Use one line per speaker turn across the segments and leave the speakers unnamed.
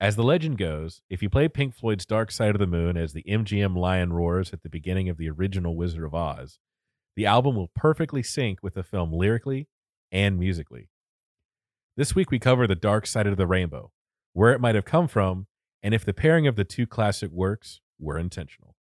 As the legend goes, if you play Pink Floyd's Dark Side of the Moon as the MGM lion roars at the beginning of the original Wizard of Oz, the album will perfectly sync with the film lyrically and musically. This week we cover The Dark Side of the Rainbow, where it might have come from, and if the pairing of the two classic works were intentional.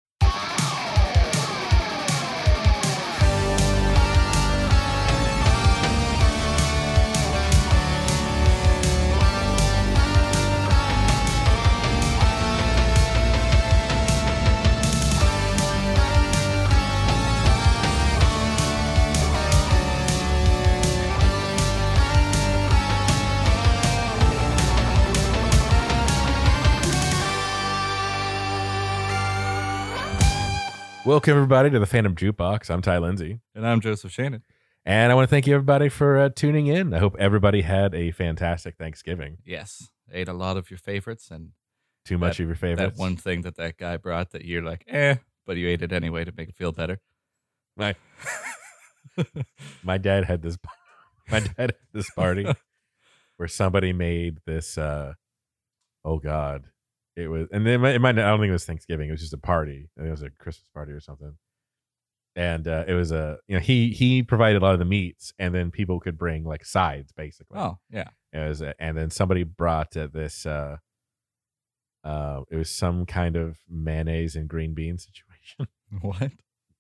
Welcome, everybody, to the Phantom Jukebox. I'm Ty Lindsay.
And I'm Joseph Shannon.
And I want to thank you, everybody, for uh, tuning in. I hope everybody had a fantastic Thanksgiving.
Yes. Ate a lot of your favorites and
Too much of your favorites.
that one thing that that guy brought that you're like, eh, but you ate it anyway to make it feel better.
Right. my dad had this my dad had this party where somebody made this uh oh god it was and then it might, it might not- i don't think it was thanksgiving it was just a party I think it was a christmas party or something and uh it was a you know he he provided a lot of the meats and then people could bring like sides basically
oh, yeah.
it was a, and then somebody brought uh, this uh uh it was some kind of mayonnaise and green bean situation
What?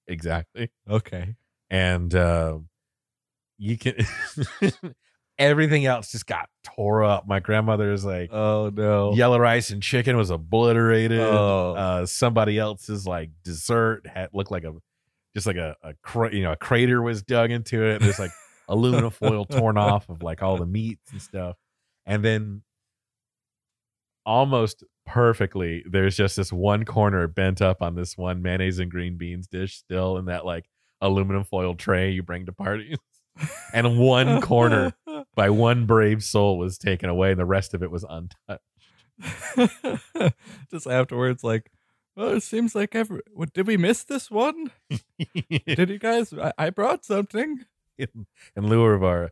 exactly
Okay.
and uh, you can everything else just got tore up. My grandmother is like
Oh, no.
yellow rice and chicken was obliterated.
Oh.
Uh, somebody else's like dessert had looked like a just like a, a cra- you know a crater was dug into it. There's like aluminum foil torn off of like all the meats and stuff, and then almost perfectly there's just this one corner bent up on this one mayonnaise and green beans dish still in that like aluminum foil tray you bring to parties and one corner by one brave soul was taken away and the rest of it was untouched
Just afterwards, like, well, it seems like every. What, did we miss this one? Did you guys? I, I brought something.
in, in lieu of our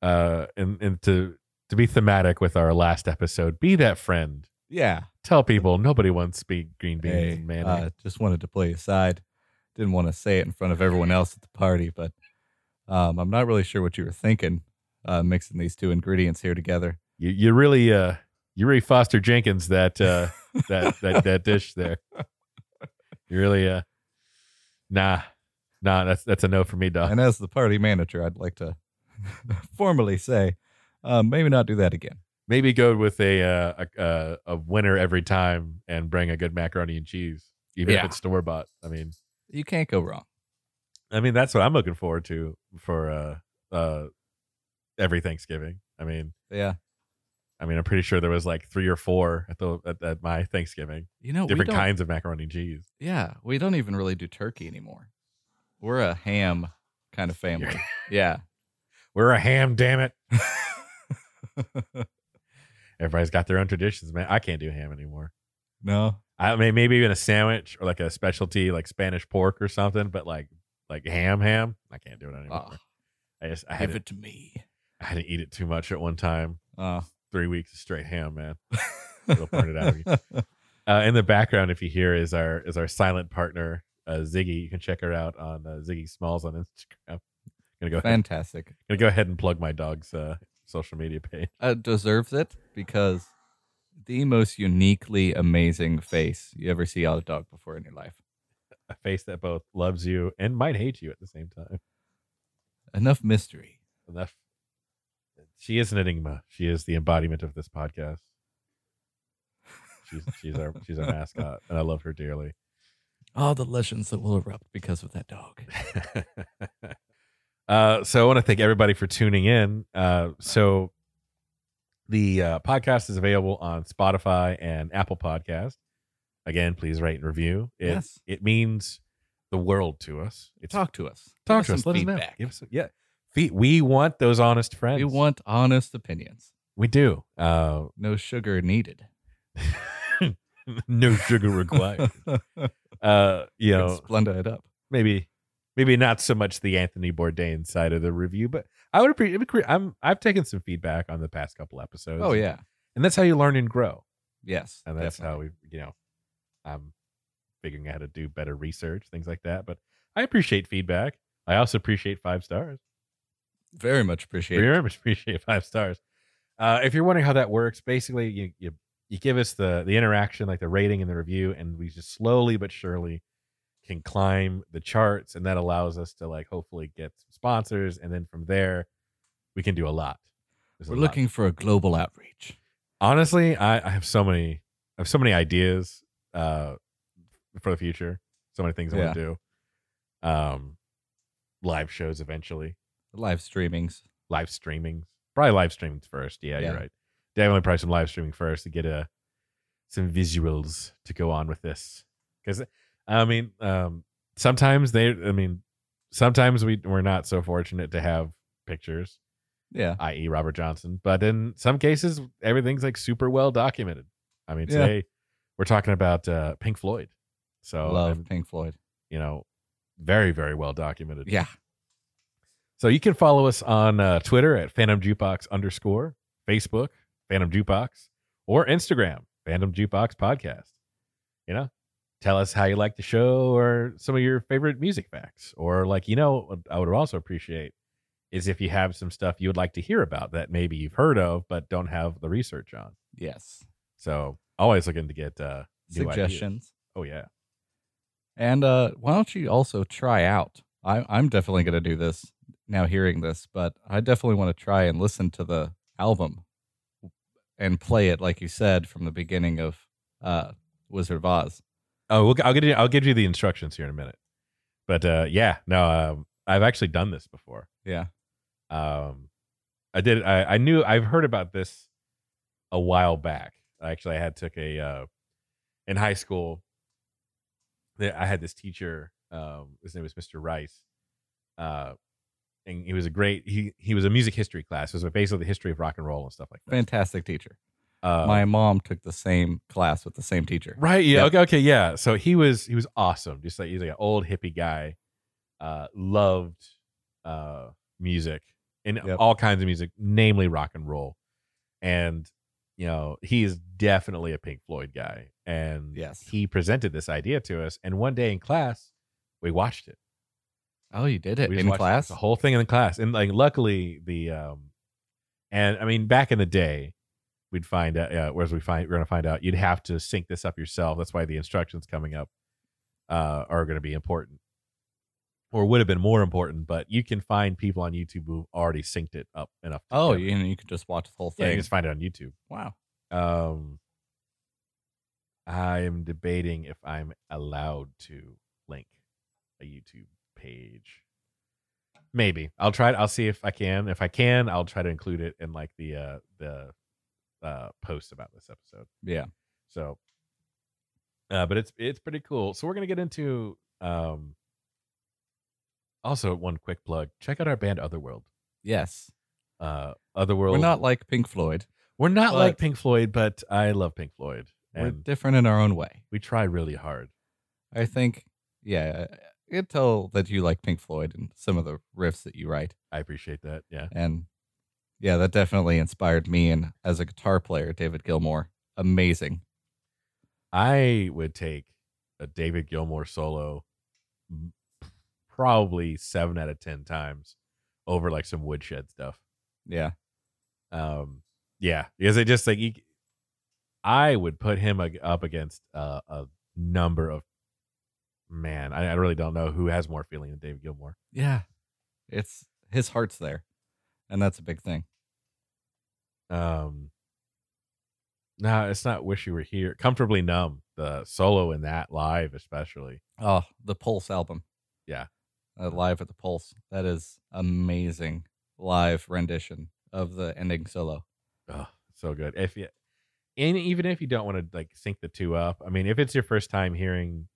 uh and and to to be thematic with our last episode be that friend
Yeah.
tell people nobody wants to eat green beans
Hey,
and mayonnaise
uh, just wanted to play aside. Didn't want to say it in front of everyone else at the party, but um, I'm not really sure what you were thinking uh, mixing these two ingredients here together.
you, you really uh you really foster jenkins that uh that that, that dish there you really uh nah nah that's that's a no for me dog
And as the party manager, I'd like to formally say, um, maybe not do that again.
maybe go with a uh a, a, a winner every time and bring a good macaroni and cheese even if
Yeah.
it's store bought i mean
You can't go wrong.
I mean, that's what I'm looking forward to for uh uh every Thanksgiving. I mean,
Yeah.
I mean, I'm pretty sure there was like three or four at the at, at my Thanksgiving,
You know,
different
we don't,
kinds of macaroni and cheese.
Yeah, we don't even really do turkey anymore. We're a ham kind of family. yeah.
We're a ham, damn it! Everybody's got their own traditions, man. I can't do ham anymore.
No.
I mean, maybe even a sandwich or like a specialty, like Spanish pork or something, but like like ham, ham, I can't do it anymore.
Ah,
I just I had
give
to,
it to me.
I had to eat it too much at one time.
Oh.
Three weeks of straight ham, man. It'll burn it out of you. uh, in the background, if you hear, is our is our silent partner uh, Ziggy. You can check her out on uh, Ziggy Smalls on Instagram. Gonna go ahead,
Fantastic.
gonna go ahead and plug my dog's uh, social media page.
uh, deserves it because the most uniquely amazing face you ever see out of a dog before in your life.
A face that both loves you and might hate you at the same time.
Enough mystery.
And that's she is an enigma. She is the embodiment of this podcast. She's she's our she's our mascot, and I love her dearly.
All the legends that will erupt because of that dog.
uh, so I want to thank everybody for tuning in. Uh, so the uh, podcast is available on Spotify and Apple Podcast. Again, please rate and review. It,
Yes.
it means the world to us. It's
Talk to us.
talk to
Give
us. Let us know.
feedback.
Give us yeah. Fe- We want those honest friends.
We want honest opinions.
We do. Uh,
No sugar needed.
no sugar required. uh, you know,
Splenda it up.
maybe maybe not so much the Anthony Bourdain side of the review, but I would appreciate. I'm I've taken some feedback on the past couple episodes.
Oh yeah.
and that's how you learn and grow.
Yes.
and that's
definitely.
how we you know i'm figuring out how to do better research things like that but i appreciate feedback i also appreciate five stars
very much appreciated.
Very much appreciate five stars. Uh, if you're wondering how that works, basically you you you give us the the interaction, like the rating and the review, and we just slowly but surely can climb the charts, and that allows us to like hopefully get some sponsors, and then from there we can do a lot. There's a
We're
lot.
looking for a global outreach.
honestly. I, I have so many I have so many ideas uh, for the future. So many things I want to do. Um, live shows eventually
Live streamings.
live streamings. Probably live streamings first. Yeah, you're
Yeah.
right. Definitely probably some live streaming first to get a some visuals to go on with this. Because I mean, um, sometimes they. I mean, sometimes we we're not so fortunate to have pictures,
Yeah.
i.e., Robert Johnson. But in some cases, everything's like super well documented. I mean,
Yeah.
today we're talking about uh, Pink Floyd, so
Love
Oh, and,
Pink Floyd.
you know, very very well documented.
Yeah.
So you can follow us on uh, Twitter at Phantom Jukebox underscore, Facebook, Phantom Jukebox, or Instagram, Phantom Jukebox Podcast. You know, tell us how you like the show or some of your favorite music facts. Or, like, you know, what I would also appreciate is if you have some stuff you would like to hear about that maybe you've heard of but don't have the research on.
Yes.
So always looking to get uh, new ideas.
Suggestions.
Oh, yeah.
And uh, why don't you also try out? I, I'm definitely going to do this now, hearing this, but I definitely want to try and listen to the album and play it, like you said, from the beginning of uh, Wizard of Oz.
Oh, we'll, I'll get you. I'll give you the instructions here in a minute. But uh, yeah, no, um, I've actually done this before.
Yeah.
um i did i i knew i've heard about this a while back actually i had took a uh in high school there- i had this teacher um his name was mr rice uh and he was a great he he was a music history class it was basically the history of rock and roll and stuff like that
Fantastic teacher.
uh,
My mom took the same class with the same teacher.
Right. Yeah.
Yeah.
Okay. Okay. Yeah. So he was he was awesome. Just like he's like an old hippie guy. Uh, loved uh music and
Yep.
all kinds of music, namely rock and roll. And you know he is definitely a Pink Floyd guy. And
Yes.
he presented this idea to us. And one day in class, we watched it.
Oh, you did
We
it
just
in
watched
class?
the whole thing in class. And like luckily the um, and I mean back in the day. We'd find out, uh, whereas we find we're gonna find out, you'd have to sync this up yourself. That's why the instructions coming up uh, are going to be important or would have been more important, but you can find people on YouTube who've already synced it up enough.
Oh,
together.
you, you could just watch the whole
yeah,
thing.
you can just find it on YouTube.
wow.
Um, I'm debating if I'm allowed to link a YouTube page. Maybe I'll try it. I'll see if I can. If I can, I'll try to include it in like the uh, the uh, post about this episode.
Yeah.
So, uh, but it's it's pretty cool. So we're gonna get into um. Also, one quick plug: check out our band Otherworld.
Yes.
Uh, Otherworld.
We're not like Pink Floyd,
we're not like
but-
Pink Floyd, but I love Pink Floyd,
we're
and
different in our own way.
we try really hard.
I think, yeah, you can tell that you like Pink Floyd and some of the riffs that you write.
I appreciate that. Yeah.
And yeah, that definitely inspired me. And as a guitar player, David Gilmour, amazing.
I would take a David Gilmour solo m- probably seven out of 10 times over like some woodshed stuff.
Yeah.
Um, yeah. Because it just like, you, I would put him ag- up against uh, a number of, man, I, I really don't know who has more feeling than David Gilmour.
Yeah. It's his heart's there. And that's a big thing.
Um, no, it's not Wish You Were Here. Comfortably Numb, the solo in that live, especially.
Oh, the Pulse album.
Yeah.
Uh, live at the Pulse. That is amazing live rendition of the ending solo.
Oh, so good. If you and even if you don't want to like sync the two up, I mean, if it's your first time hearing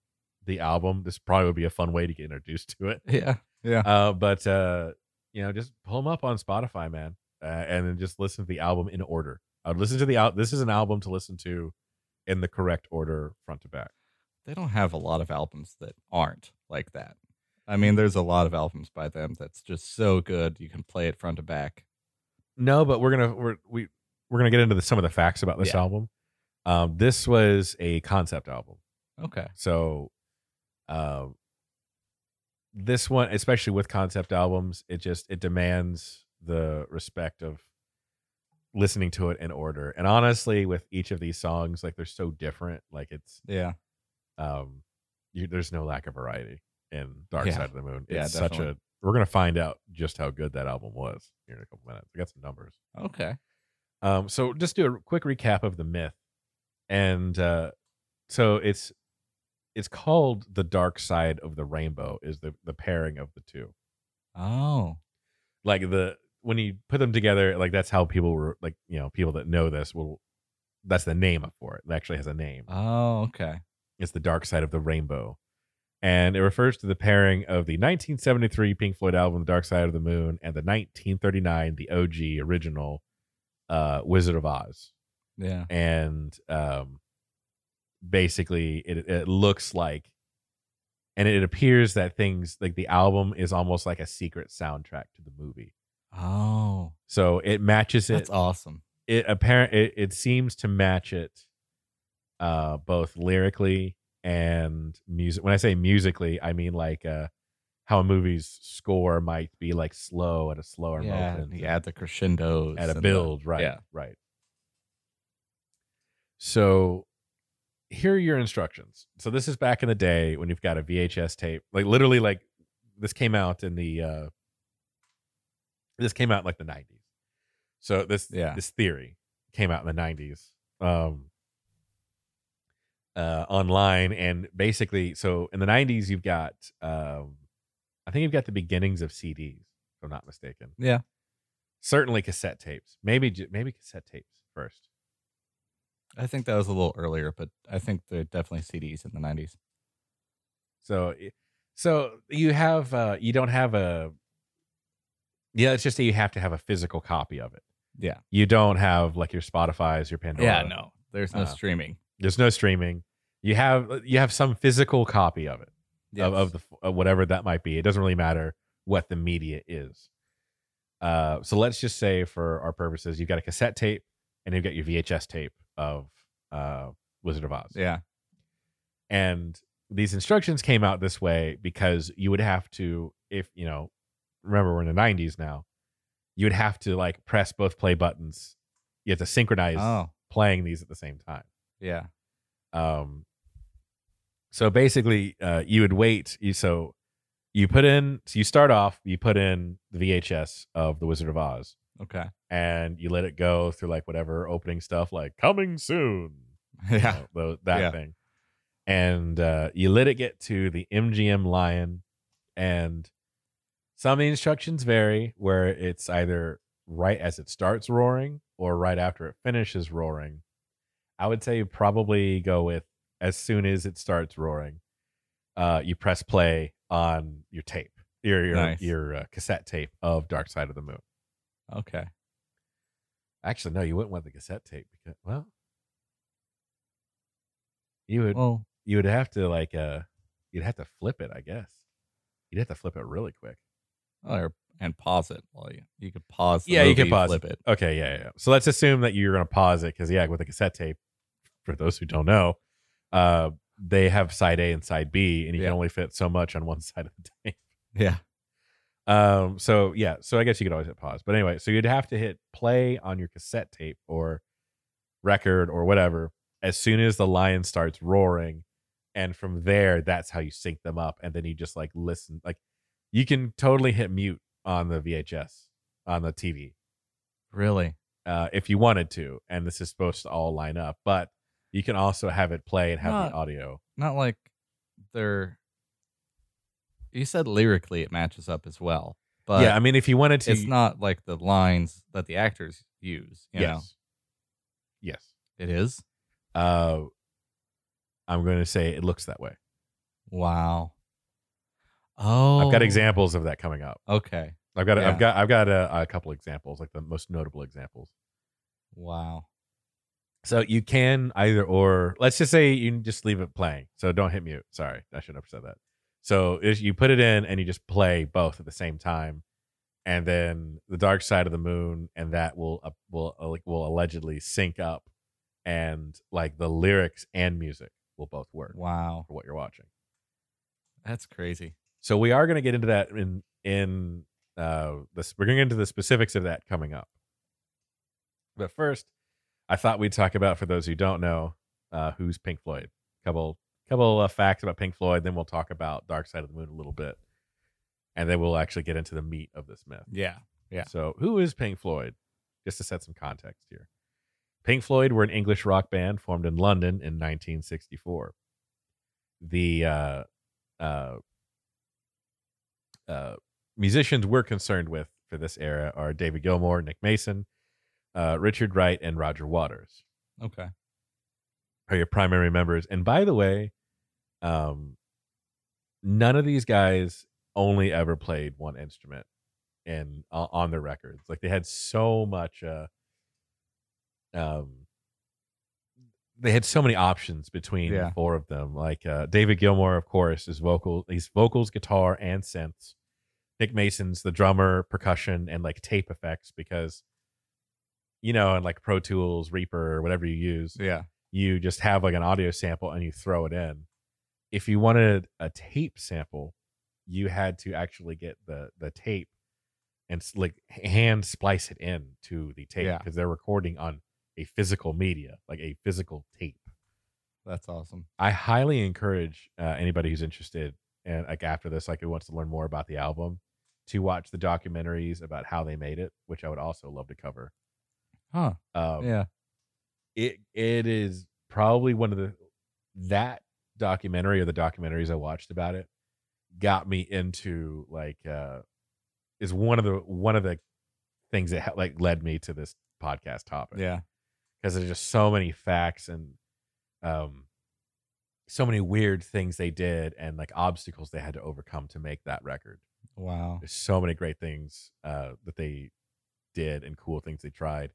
the album, this probably would be a fun way to get introduced to it.
Yeah. Yeah.
Uh, but uh, you know, just pull them up on Spotify, man, uh, and then just listen to the album in order. I would listen to the out. This is an album to listen to in the correct order, front to back.
they don't have a lot of albums that aren't like that. I mean, there's a lot of albums by them that's just so good you can play it front to back.
No, but we're gonna we're we we're gonna get into the, some of the facts about this
Yeah.
album. Um, this was a concept album.
Okay.
So, um, this one, especially with concept albums, it just it demands the respect of listening to it in order. And honestly, with each of these songs, like they're so different. Like it's
Yeah.
um, you, there's no lack of variety in Dark
Yeah.
Side of the Moon. It's
Yeah,
such a
definitely.
we're gonna find out just how good that album was here in a couple minutes. I got some numbers.
Okay.
Um, so just do a quick recap of the myth, and uh, so it's it's called the dark side of the rainbow is the the pairing of the two.
Oh.
Like the when you put them together, like that's how people were like you know people that know this will that's the name for it. It actually has a name.
Oh, okay.
It's the dark side of the rainbow, and it refers to the pairing of the 1973 Pink Floyd album The Dark Side of the Moon and the 1939 the OG original uh, Wizard of Oz
Yeah.
and um, basically it, it looks like and it appears that things like the album is almost like a secret soundtrack to the movie
Oh.
so it matches it
That's awesome.
it apparent it, it seems to match it uh both lyrically and music when i say musically i mean like uh how a movie's score might be like slow at a slower
Yeah.
moment
You add the crescendos
at
and
a
the-
build, right?
yeah.
Right. So here are your instructions. So this is back in the day when you've got a VHS tape, like literally like this came out in the uh this came out in like the 90s. So this
Yeah.
this theory came out in the 90s. Um uh, online and basically, so in the '90s, you've got, um, I think you've got the beginnings of CDs, if I'm not mistaken
Yeah.
certainly cassette tapes maybe ju- maybe cassette tapes first
I think that was a little earlier, but I think there are definitely CDs in the 90s.
so i- so you have uh you don't have a yeah it's just that you have to have a physical copy of it
Yeah.
you don't have like your spotify's your pandora
Yeah. No, there's no
Uh,
streaming.
there's no streaming you have uh, you have some physical copy of it of, of the of whatever that might be. It doesn't really matter what the media is. Uh, so let's just say for our purposes, you've got a cassette tape and you've got your VHS tape of uh, Wizard of Oz.
yeah.
And these instructions came out this way because you would have to, if you know, remember we're in the 90s now, you would have to like press both play buttons. You have to synchronize
Oh.
playing these at the same time.
Yeah.
Um, so basically, uh, you would wait. You, so you put in, so you start off, you put in the VHS of The Wizard of Oz
Okay.
and you let it go through like whatever opening stuff, like coming soon, you
Yeah.
know, tho- that
Yeah.
thing. And uh, you let it get to the MGM Lion. And some of the instructions vary where it's either right as it starts roaring or right after it finishes roaring. I would say probably go with as soon as it starts roaring, uh, you press play on your tape, your your,
Nice.
your uh, cassette tape of Dark Side of the Moon.
Okay.
Actually, no, you wouldn't want the cassette tape because well, you would
Well,
you would have to like uh you'd have to flip it, I guess. You'd have to flip it really quick.
or, and pause it. Well, you, you could pause. The
Yeah, you could
movie,
pause
Flip it.
Okay, yeah, yeah, yeah. So let's assume that you're gonna pause it because yeah, with a cassette tape, for those who don't know, uh, they have side A and side B, and you
Yeah.
can only fit so much on one side of the tape.
Yeah.
Um, so yeah, so I guess you could always hit pause. But anyway, so you'd have to hit play on your cassette tape or record or whatever as soon as the lion starts roaring, and from there, that's how you sync them up, and then you just like listen. Like you can totally hit mute on the VHS on the TV
Really?
uh, if you wanted to, and this is supposed to all line up, but you can also have it play and have
Not-
the audio.
Not like they're. You said lyrically it matches up as well, but
yeah, I mean, if you wanted to,
it's not like the lines that the actors use. You
yes,
know,
yes.
it is.
Uh, I'm going to say it looks that way.
Wow. Oh,
I've got examples of that coming up.
Okay.
I've got
Yeah.
I've got I've got a, a couple examples, like the most notable examples.
Wow.
So you can either or. Let's just say you just leave it playing. So don't hit mute. Sorry, I shouldn't have said that. So if you put it in and you just play both at the same time, and uh, then the dark side of the moon, and that will up will will allegedly sync up and like the lyrics and music will both work
Wow.
for what you're watching.
That's crazy.
So we are going to get into that in in uh this we're going to get into the specifics of that coming up. But first, I thought we'd talk about for those who don't know uh who's Pink Floyd. Couple couple of facts about Pink Floyd, then we'll talk about Dark Side of the Moon a little bit. And then we'll actually get into the meat of this myth.
Yeah. Yeah.
So, who is Pink Floyd? Just to set some context here. Pink Floyd were an English rock band formed in London in 1964. The uh, uh, uh, musicians we're concerned with for this era are David Gilmour, Nick Mason, uh, Richard Wright, and Roger Waters
Okay.
are your primary members. And by the way, um, none of these guys only ever played one instrument in uh, on their records. Like they had so much, uh, um, they had so many options between the
Yeah.
four of them. Like uh, David Gilmour, of course, is vocal. He's vocals, guitar, and synths. Nick Mason's the drummer, percussion, and like tape effects because, you know, and like Pro Tools, Reaper, or whatever you use
Yeah.
you just have like an audio sample and you throw it in. If you wanted a tape sample, you had to actually get the the tape and s- like hand splice it in to the tape
Yeah.
because they're recording on a physical media, like a physical tape.
That's awesome.
I highly encourage uh, anybody who's interested and like after this, like who wants to learn more about the album, to watch the documentaries about how they made it, which I would also love to cover.
Huh.
Um,
yeah.
it it is probably one of the that documentary or the documentaries I watched about it got me into like uh is one of the one of the things that ha- like led me to this podcast topic
Yeah.
because there's just so many facts and um so many weird things they did and like obstacles they had to overcome to make that record
Wow.
there's so many great things uh, that they did and cool things they tried.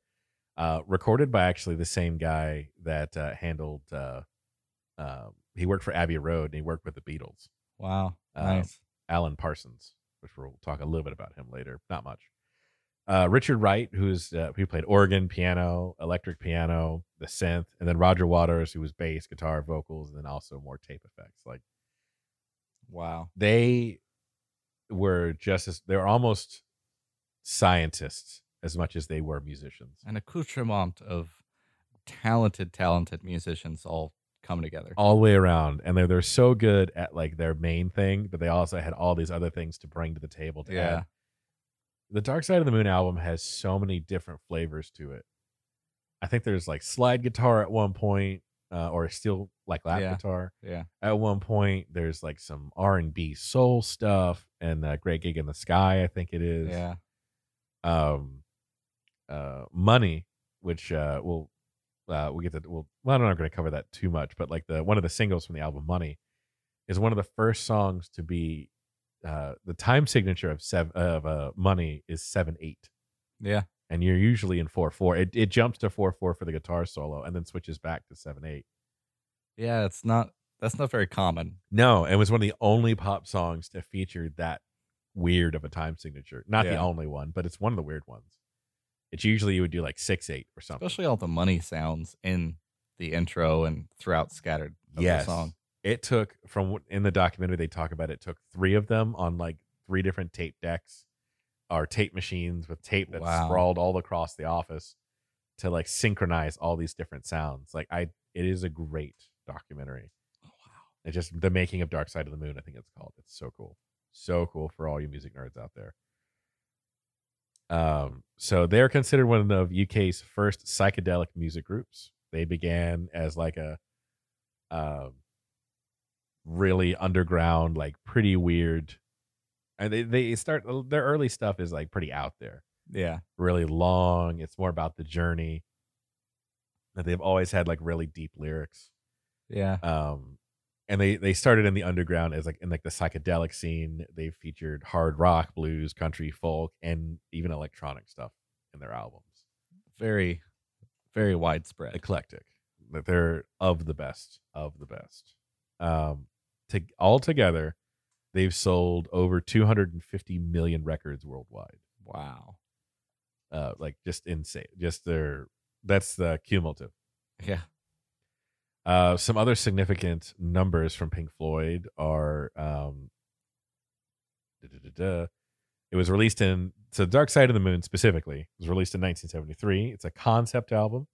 Uh, recorded by actually the same guy that uh, handled. Uh, uh, he worked for Abbey Road and he worked with the Beatles,
Wow.
Um,
Nice.
Alan Parsons, which we'll talk a little bit about him later. Not much. Uh, Richard Wright, who's uh, who played organ, piano, electric piano, the synth, and then Roger Waters, who was bass, guitar, vocals, and then also more tape effects. Like
Wow.
they were just as they were almost scientists as much as they were musicians.
An accoutrement of talented, talented musicians all come together.
All the way around. And they're they're so good at like their main thing, but they also had all these other things to bring to the table to
yeah.
add. The Dark Side of the Moon album has so many different flavors to it. I think there's like slide guitar at one point, uh, or still like lap
Yeah.
guitar.
Yeah.
At one point, there's like some R and B soul stuff, and uh, Great Gig in the Sky, I think it is.
Yeah.
um uh money which uh we'll uh we'll get to we'll, well i'm not going to cover that too much but like the one of the singles from the album money is one of the first songs to be uh the time signature of seven of uh money is seven eight
Yeah.
and you're usually in four four it, it jumps to four four for the guitar solo and then switches back to seven eight
Yeah. It's not, that's not very common.
no it was one of the only pop songs to feature that weird of a time signature not the
Yeah.
only one but it's one of the weird ones it's usually you would do like six eight or something
especially all the money sounds in the intro and throughout scattered of
Yes.
the song.
It took from what- in the documentary they talk about it took three of them on like three different tape decks or tape machines with tape that's
Wow.
sprawled all across the office to like synchronize all these different sounds. Like I it is a great documentary. It's just the making of Dark Side of the Moon, I think it's called. It's so cool. So cool for all you music nerds out there. Um, so they're considered one of the UK's first psychedelic music groups. They began as like a um really underground, like pretty weird. And they, they start uh, their early stuff is like pretty out there,
Yeah.
really long. It's more about the journey. But they've always had like really deep lyrics
Yeah.
um and they they started in the underground as like in like the psychedelic scene they featured hard rock blues country folk and even electronic stuff in their albums
Very, very widespread.
eclectic that they're of the best of the best um to all together they've sold over 250 million records worldwide
wow.
uh like just insane just their that's the cumulative
Yeah.
Uh, some other significant numbers from Pink Floyd are um, da-da-da-da. it was released in so Dark Side of the Moon specifically was released in 1973. It's a concept album.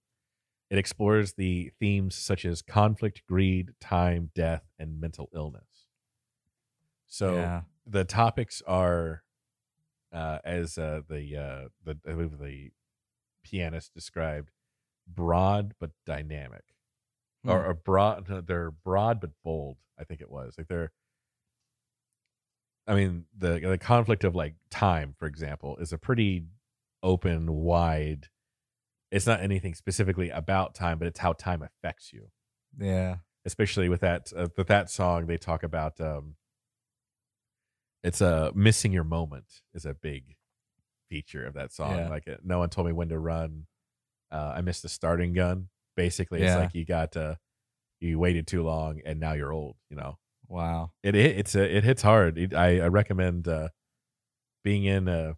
It explores the themes such as conflict, greed, time, death, and mental illness. So
yeah.
the topics are uh, as uh, the uh, the I believe the pianist described broad but dynamic or,
Hmm.
or broad no, they're broad but bold I think it was like they're I mean the the conflict of like time for example is a pretty open wide it's not anything specifically about time but it's how time affects you
yeah.
especially with that uh, with that song they talk about um it's a uh, missing your moment is a big feature of that song
Yeah.
like uh, no one told me when to run uh i missed the starting gun basically it's
Yeah.
like you got uh you waited too long and now you're old you know
Wow.
it hit- it's a, it hits hard it, I, I recommend uh being in a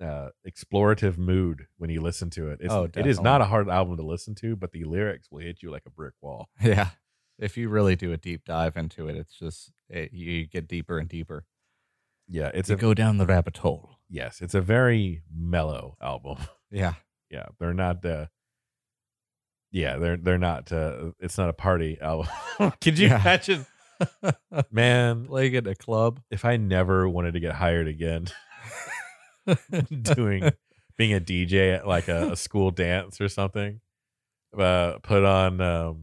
uh explorative mood when you listen to it it's,
Oh,
it is not
definitely.
a hard album to listen to but the lyrics will hit you like a brick wall
Yeah. If you really do a deep dive into it, it's just it, you get deeper and deeper.
Yeah, it's
you
a
go down the rabbit hole.
yes, it's a very mellow album.
Yeah.
Yeah, they're not uh Yeah, they're they're not uh it's not a party album. Could you
Yeah.
imagine? Man,
Playing at a club.
if I never wanted to get hired again doing being a DJ at like a, a school dance or something. Uh put on um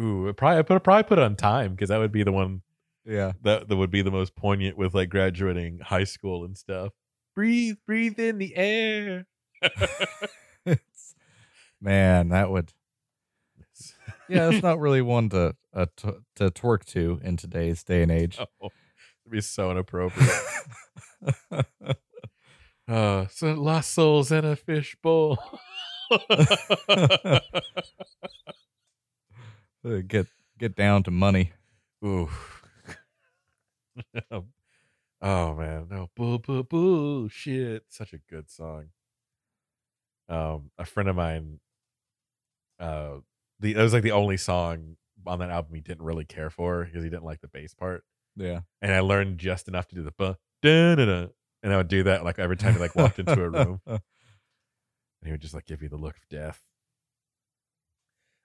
Ooh, probably I put probably put on time because that would be the one
Yeah.
that that would be the most poignant with like graduating high school and stuff. Breathe, breathe in the air.
It's- Man, that would. Yeah, it's not really one to uh, to, to twerk to in today's day and age.
oh, it'd be so inappropriate. Uh, so lost souls in a fishbowl.
Uh, get get down to money.
Ooh. oh man, no boo boo boo shit. Such a good song. Um, a friend of mine, uh, the that was like the only song on that album he didn't really care for because he didn't like the bass part.
Yeah.
And I learned just enough to do the buh, da, da, da. and I would do that like every time he like walked into a room. and he would just like give you the look of death.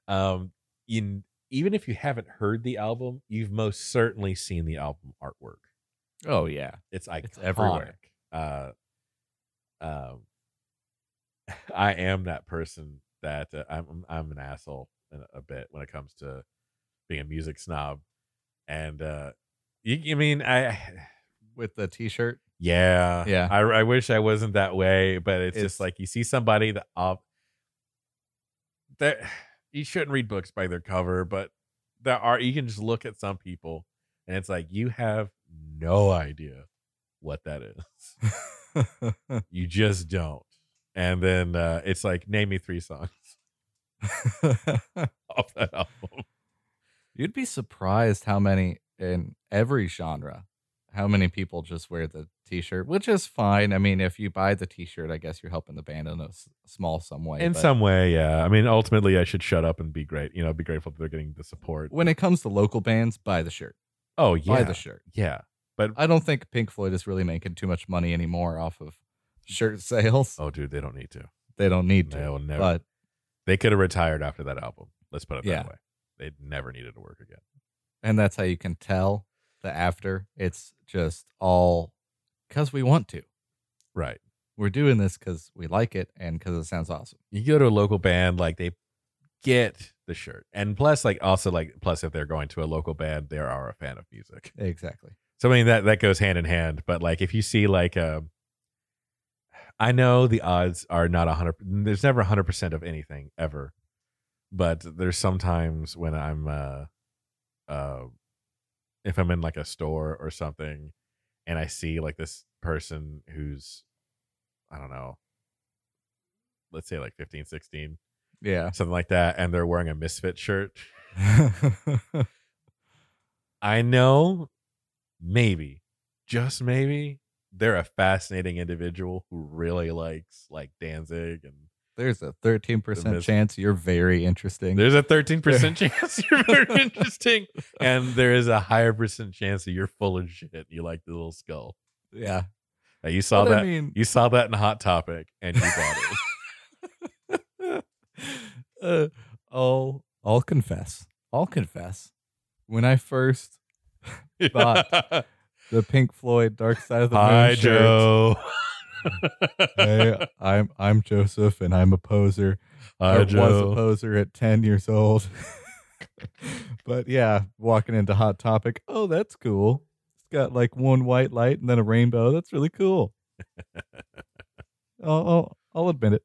Um, in even if you haven't heard the album, you've most certainly seen the album artwork.
Oh yeah.
It's iconic.
It's everywhere.
Uh, um, I am that person that uh, I'm. I'm an asshole in a- a bit when it comes to being a music snob, and uh, you, I mean, I
With the t-shirt.
yeah.
Yeah.
I, I wish I wasn't that way, but it's,
It's-
just like you see somebody that uh, that you shouldn't read books by their cover, but there are you can just look at some people and it's like you have no idea what that is. You just don't. And then uh, it's like name me three songs off that album.
You'd be surprised how many in every genre, how many people just wear the t-shirt, which is fine. I mean, if you buy the t-shirt, I guess you're helping the band in a s- small some way.
In
but
some way, yeah. I mean, ultimately, I should shut up and be great. You know, be grateful that they're getting the support.
when it comes to local bands, buy the shirt.
Oh
Buy
yeah,
the shirt.
yeah.
I don't think Pink Floyd is really making too much money anymore off of shirt sales.
Oh, dude, they don't need to.
They don't need to.
They will never.
But
They could have retired after that album. Let's put it
Yeah.
that way. They never needed to work again.
and that's how you can tell the after. It's just all because we want to.
Right.
We're doing this because we like it and because it sounds awesome.
You go to a local band, like they get the shirt. And plus, like also like plus if they're going to a local band, they are a fan of music.
Exactly.
So I mean that that goes hand in hand. But like if you see like um I know the odds are not a hundred there's never a hundred percent of anything ever. But there's sometimes when I'm uh uh if I'm in like a store or something and I see like this person who's I don't know let's say like 15 16
Yeah.
something like that and they're wearing a misfit shirt I know maybe, just maybe, they're a fascinating individual who really likes like Danzig and
There's a 13%
miss-
chance you're very interesting.
There's a 13% chance you're very interesting. And there is a higher percent chance that you're full of shit. You like the little skull.
yeah.
Now, you saw
But
that
I mean,
you saw that in Hot Topic and you bought it.
uh, I'll, I'll confess. I'll confess. When I first But- the Pink Floyd Dark Side of the Moon
Hi,
shirt,
Joe.
hey, I'm I'm Joseph and I'm a poser. I
Hi,
was a
Joe.
poser at 10 years old. but yeah, walking into Hot Topic. Oh, that's cool. It's got like one white light and then a rainbow. That's really cool. I'll, I'll, I'll admit it.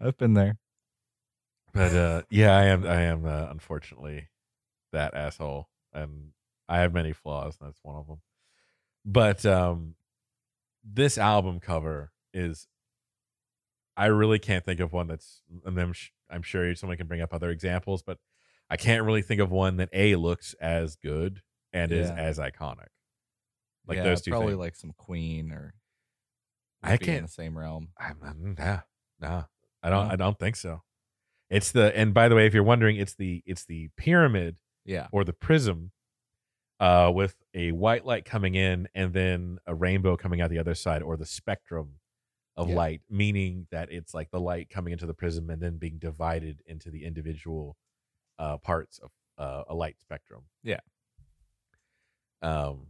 I've been there.
But uh, yeah, I am. I am uh, unfortunately that asshole, and I have many flaws, and that's one of them. But um, this album cover is. I really can't think of one that's, and I'm, sh- I'm sure someone can bring up other examples, but I can't really think of one that a looks as good and is
Yeah.
as iconic. Like those two
Probably
things.
like some Queen or.
I
would be in
can't-
the same realm.
I'm, I'm mm, nah, nah. I don't.
No?
I don't think so. It's the and by the way, if you're wondering, it's the it's the pyramid
Yeah.
or the prism uh, with a white light coming in and then a rainbow coming out the other side or the spectrum of
Yeah.
light meaning that it's like the light coming into the prism and then being divided into the individual uh, parts of uh, a light spectrum
Yeah.
um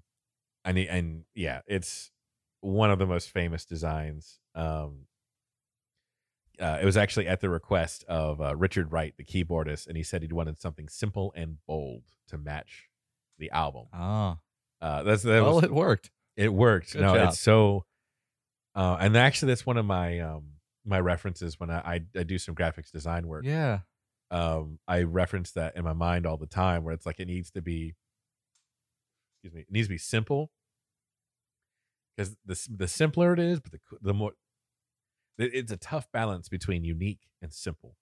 and it- and yeah it's one of the most famous designs um uh, it was actually at the request of uh, Richard Wright, the keyboardist, and he said he wanted something simple and bold to match the album.
Ah.
Uh, that's that
Well,
was,
it worked.
it worked.
Good
no,
job.
it's so. Uh, and actually, that's one of my um, my references when I, I I do some graphics design work.
Yeah.
Um, I reference that in my mind all the time, where it's like it needs to be. Excuse me. It needs to be simple. Because the s- the simpler it is, but the c- the more, it- it's a tough balance between unique and simple.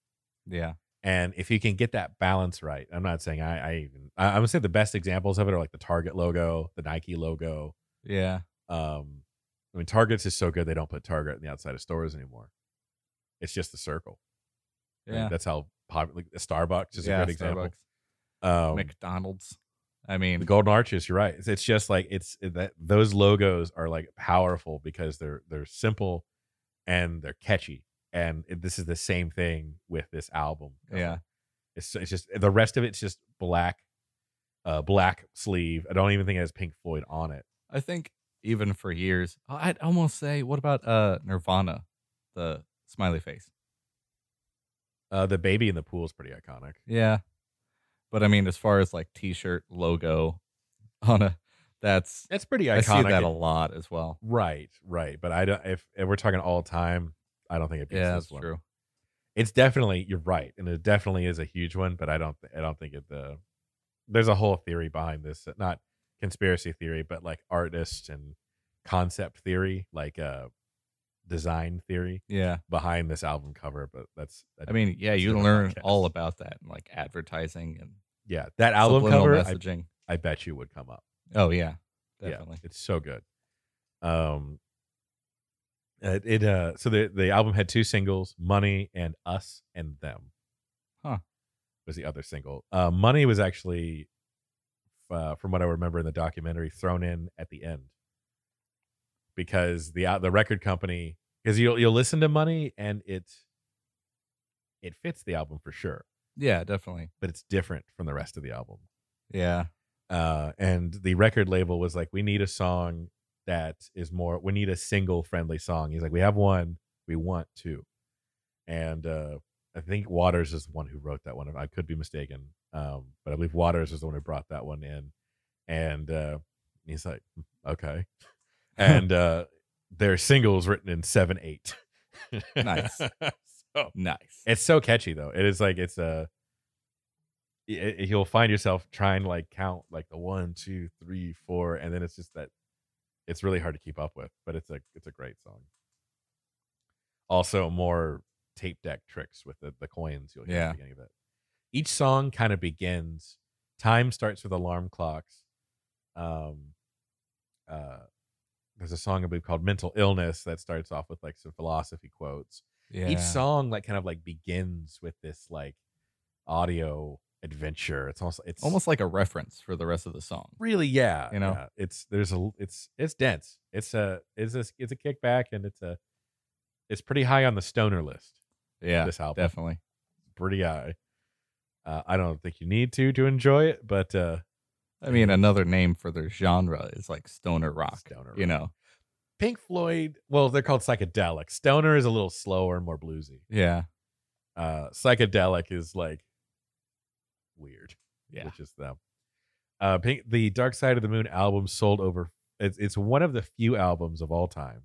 Yeah.
And if you can get that balance right, I'm not saying I, I even I, I'm gonna say the best examples of it are like the Target logo, the Nike logo.
Yeah.
Um, I mean Target's is so good they don't put Target on the outside of stores anymore. It's just the circle. right?
Yeah.
That's how popular like, Starbucks is
Yeah,
a great example.
Starbucks.
Um,
McDonald's. I mean,
the Golden Arches, you're right. It's, it's just like it's it- that those logos are like powerful because they're they're simple and they're catchy. And it- this is the same thing with this album. cover.
yeah.
It's, it's just the rest of it's just black, uh, black sleeve. I don't even think it has Pink Floyd on it.
I think even for years, I'd almost say, what about uh Nirvana, the smiley face?
Uh, the baby in the pool is pretty iconic.
Yeah, but I mean, as far as like T-shirt logo on a, that's
That's pretty
I
iconic.
see that a lot as well.
right, right. But I don't. If, if we're talking all time, I don't think it beats
Yeah,
this
that's
one.
true.
It's definitely you're right, and it definitely is a huge one. But I don't. th- I don't think it. The there's a whole theory behind this, not conspiracy theory, but like artist and concept theory, like uh, design theory
Yeah,
behind this album cover. But that's.
I mean, yeah,
It's
you
another
learn
podcast.
all about that, in, like advertising and
Yeah, that album
subliminal
cover, I,
messaging.
I bet you would come up.
oh yeah,
Yeah,
definitely.
it's so good. Um, it, it uh, so the the album had two singles, "Money" and "Us and Them."
Huh.
Was the other single? Uh, "Money" was actually, uh, from what I remember in the documentary, thrown in at the end because the uh, the record company because you'll you'll listen to "Money" and it it fits the album for sure,
Yeah, definitely.
but it's different from the rest of the album
Yeah,
uh, and the record label was like, "We need a song that is more. We need a single friendly song." He's like, "We have one. We want two. And uh, I think Waters is the one who wrote that one. I could be mistaken, um, but I believe Waters was the one who brought that one in. And uh, he's like, "Okay." And uh, their singles written in seven eight.
Nice.
so
nice.
it's so catchy though. It is like it's a. y- y- You'll find yourself trying to like count like the one, two, three, four, and then it's just that it's really hard to keep up with. But it's a it's a great song. Also, more tape deck tricks with the, the coins you'll hear at
Yeah.
the beginning of it. Each song kind of begins. Time starts with alarm clocks. Um, uh, there's a song I believe called "Mental Illness" that starts off with like some philosophy quotes
Yeah.
each song like kind of like begins with this like audio adventure. It's almost it's
almost like a reference for the rest of the song.
really yeah
You know?
yeah. it's there's a it's it's dense. It's a it's a it's a kickback and it's a it's pretty high on the stoner list.
Yeah,
this album
definitely.
pretty high. Uh, I don't think you need to to enjoy it, but uh,
I mean, another name for their genre is like stoner rock.
Stoner
you
rock.
know?
Pink Floyd. Well, they're called psychedelic. Stoner is a little slower, more bluesy.
Yeah,
Uh, psychedelic is like weird.
yeah.
which is them. Uh, Pink, the Dark Side of the Moon album sold over. It's, it's one of the few albums of all time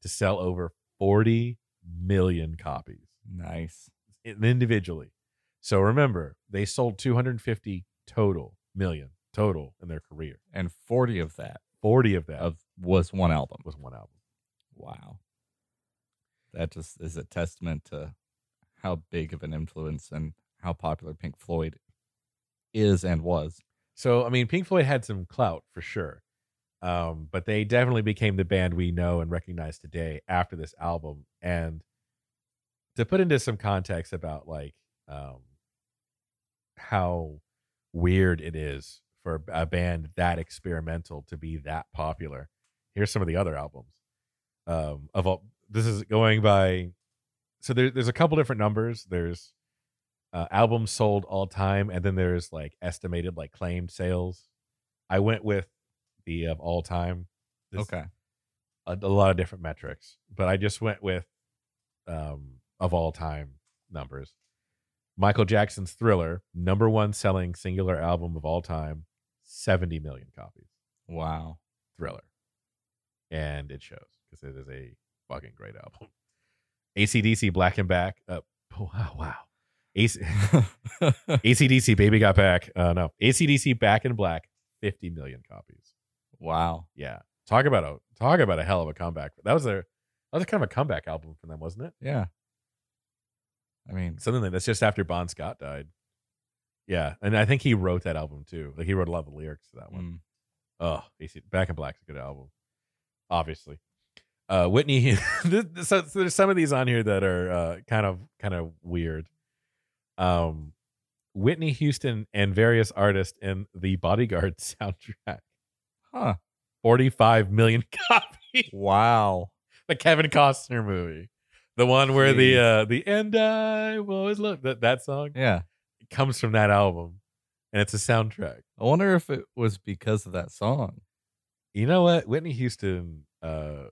to sell over 40 million copies
Nice.
in- individually. So remember, they sold 250 total million total in their career.
And forty of that
40 of that
of was one album.
was one album.
Wow. That just is a testament to how big of an influence and how popular Pink Floyd is and was.
So I mean, Pink Floyd had some clout for sure, um, but they definitely became the band we know and recognize today after this album. And to put into some context about like um, how weird it is for a band that experimental to be that popular, here's some of the other albums. Um, of all, this is going by. So there, there's a couple different numbers. There's uh, albums sold all time, and then there's like estimated like claimed sales. I went with the of all time. This-
okay.
a, a lot of different metrics, but I just went with um, of all time numbers. Michael Jackson's Thriller, number one selling singular album of all time, seventy million copies.
Wow.
Thriller, and it shows because it is a fucking great album. ACDC Black and Back, uh, wow, wow. AC- ACDC Baby Got Back. Uh, no, ACDC Back in Black, 50 million copies.
wow.
Yeah. Talk about a talk about a hell of a comeback. That was their that was kind of a comeback album from them, wasn't it?
Yeah. I mean,
Something like that's just after Bon Scott died. Yeah, and I think he wrote that album too. Like he wrote a lot of the lyrics to that one.
mm,
Oh, AC, Back in Black's a good album, obviously. Uh, Whitney. this, this- so, so there's some of these on here that are uh, kind of kind of weird. Um, Whitney Houston and various artists in the Bodyguard soundtrack.
hmm. huh.
45 million copies.
Wow.
The Kevin Costner movie, the one where the uh, the end I will always love that that song
Yeah.
comes from that album, and it's a soundtrack.
I wonder if it was because of that song.
you know what whitney houston uh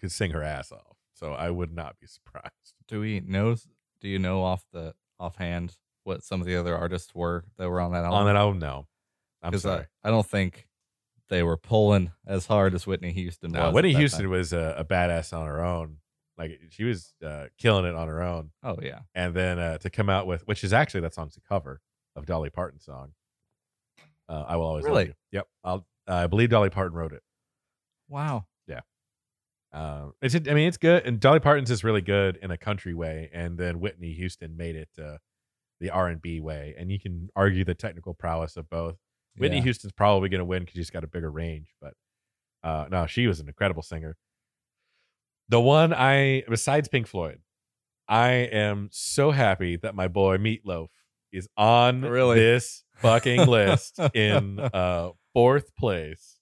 could sing her ass off so i would not be surprised
Do we know? Do you know off the offhand what some of the other artists were that were on that album?
on that album no i'm
'Cause uh,
sorry
I, I don't think they were pulling as hard as Whitney Houston
no,
was.
Uh, whitney
at that
houston
time.
was a, a badass on her own like she was uh killing it on her own
Oh yeah.
and then uh to come out with which is actually that song's a cover of dolly parton's song uh, i will always love
Really?
you yep i'll i believe dolly parton wrote it
Wow.
Um, it's I mean it's good, and Dolly Parton's is really good in a country way, and then Whitney Houston made it uh, the R and B way, and you can argue the technical prowess of both. Whitney
Yeah.
Houston's probably going to win because she's got a bigger range, but uh, no, she was an incredible singer. The one I besides Pink Floyd, I am so happy that my boy Meatloaf is on
Really?
this fucking list in uh, fourth place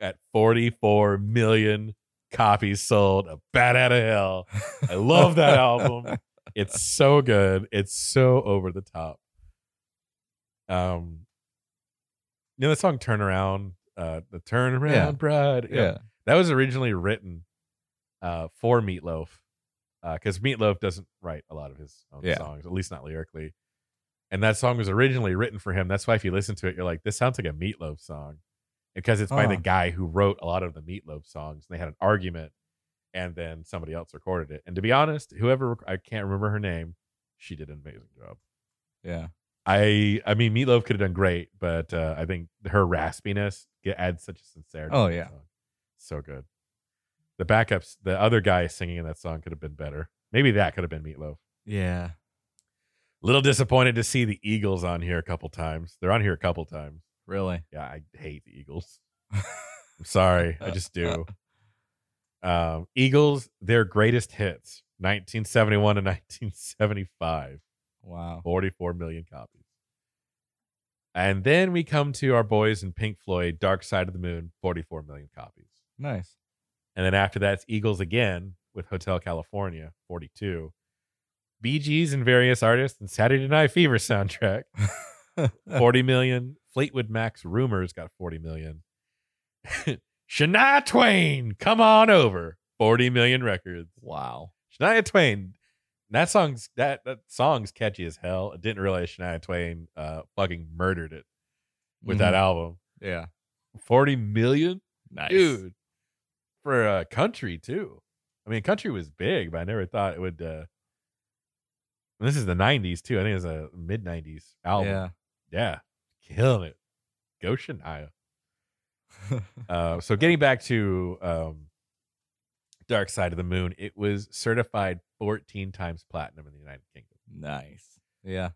at 44 million copies sold of Bat Outta Hell. I love that album. It's so good. It's so over the top. Um, you know the song "Turnaround," uh, the "Turnaround
Yeah.
Bride." you know,
Yeah.
that was originally written uh, for Meatloaf, because Meatloaf doesn't write a lot of his own
Yeah.
songs, at least not lyrically. And that song was originally written for him. That's why if you listen to it, you're like, this sounds like a Meatloaf song, because it's by the
Huh.
guy who wrote a lot of the Meatloaf songs. And they had an argument, and then somebody else recorded it. And to be honest, whoever rec- I can't remember her name, she did an amazing job.
Yeah.
I I mean Meatloaf could have done great, but uh, I think her raspiness ge- adds such a sincerity.
Oh,
to the
yeah.
song. so good. The backups, the other guy singing in that song could have been better. Maybe that could have been Meatloaf.
Yeah.
Little disappointed to see the Eagles on here a couple times. They're on here a couple times.
Really.
Yeah, I hate the Eagles. I'm sorry, I just do. Um, Eagles, their greatest hits. 1971 to 1975.
Wow.
44 million copies. And then we come to our boys in Pink Floyd, Dark Side of the Moon, 44 million copies.
Nice.
And then after that, it's Eagles again with Hotel California, 42. Bee Gees and various artists and Saturday Night Fever soundtrack, 40 million. Fleetwood Mac's Rumors got 40 million. Shania Twain, come on over, 40 million records.
wow.
Shania Twain. That song's that that song's catchy as hell. I didn't realize Shania Twain uh fucking murdered it with that
Mhm.
album.
Yeah.
Forty million,
Nice.
dude, for uh, country too. I mean, country was big, but I never thought it would. uh and This is the '90s too. I think it's a mid '90s album.
Yeah.
Yeah, killing it. Go Shania. Uh, so getting back to um, Dark Side of the Moon, it was certified 14 times platinum in the United Kingdom.
nice. Yeah.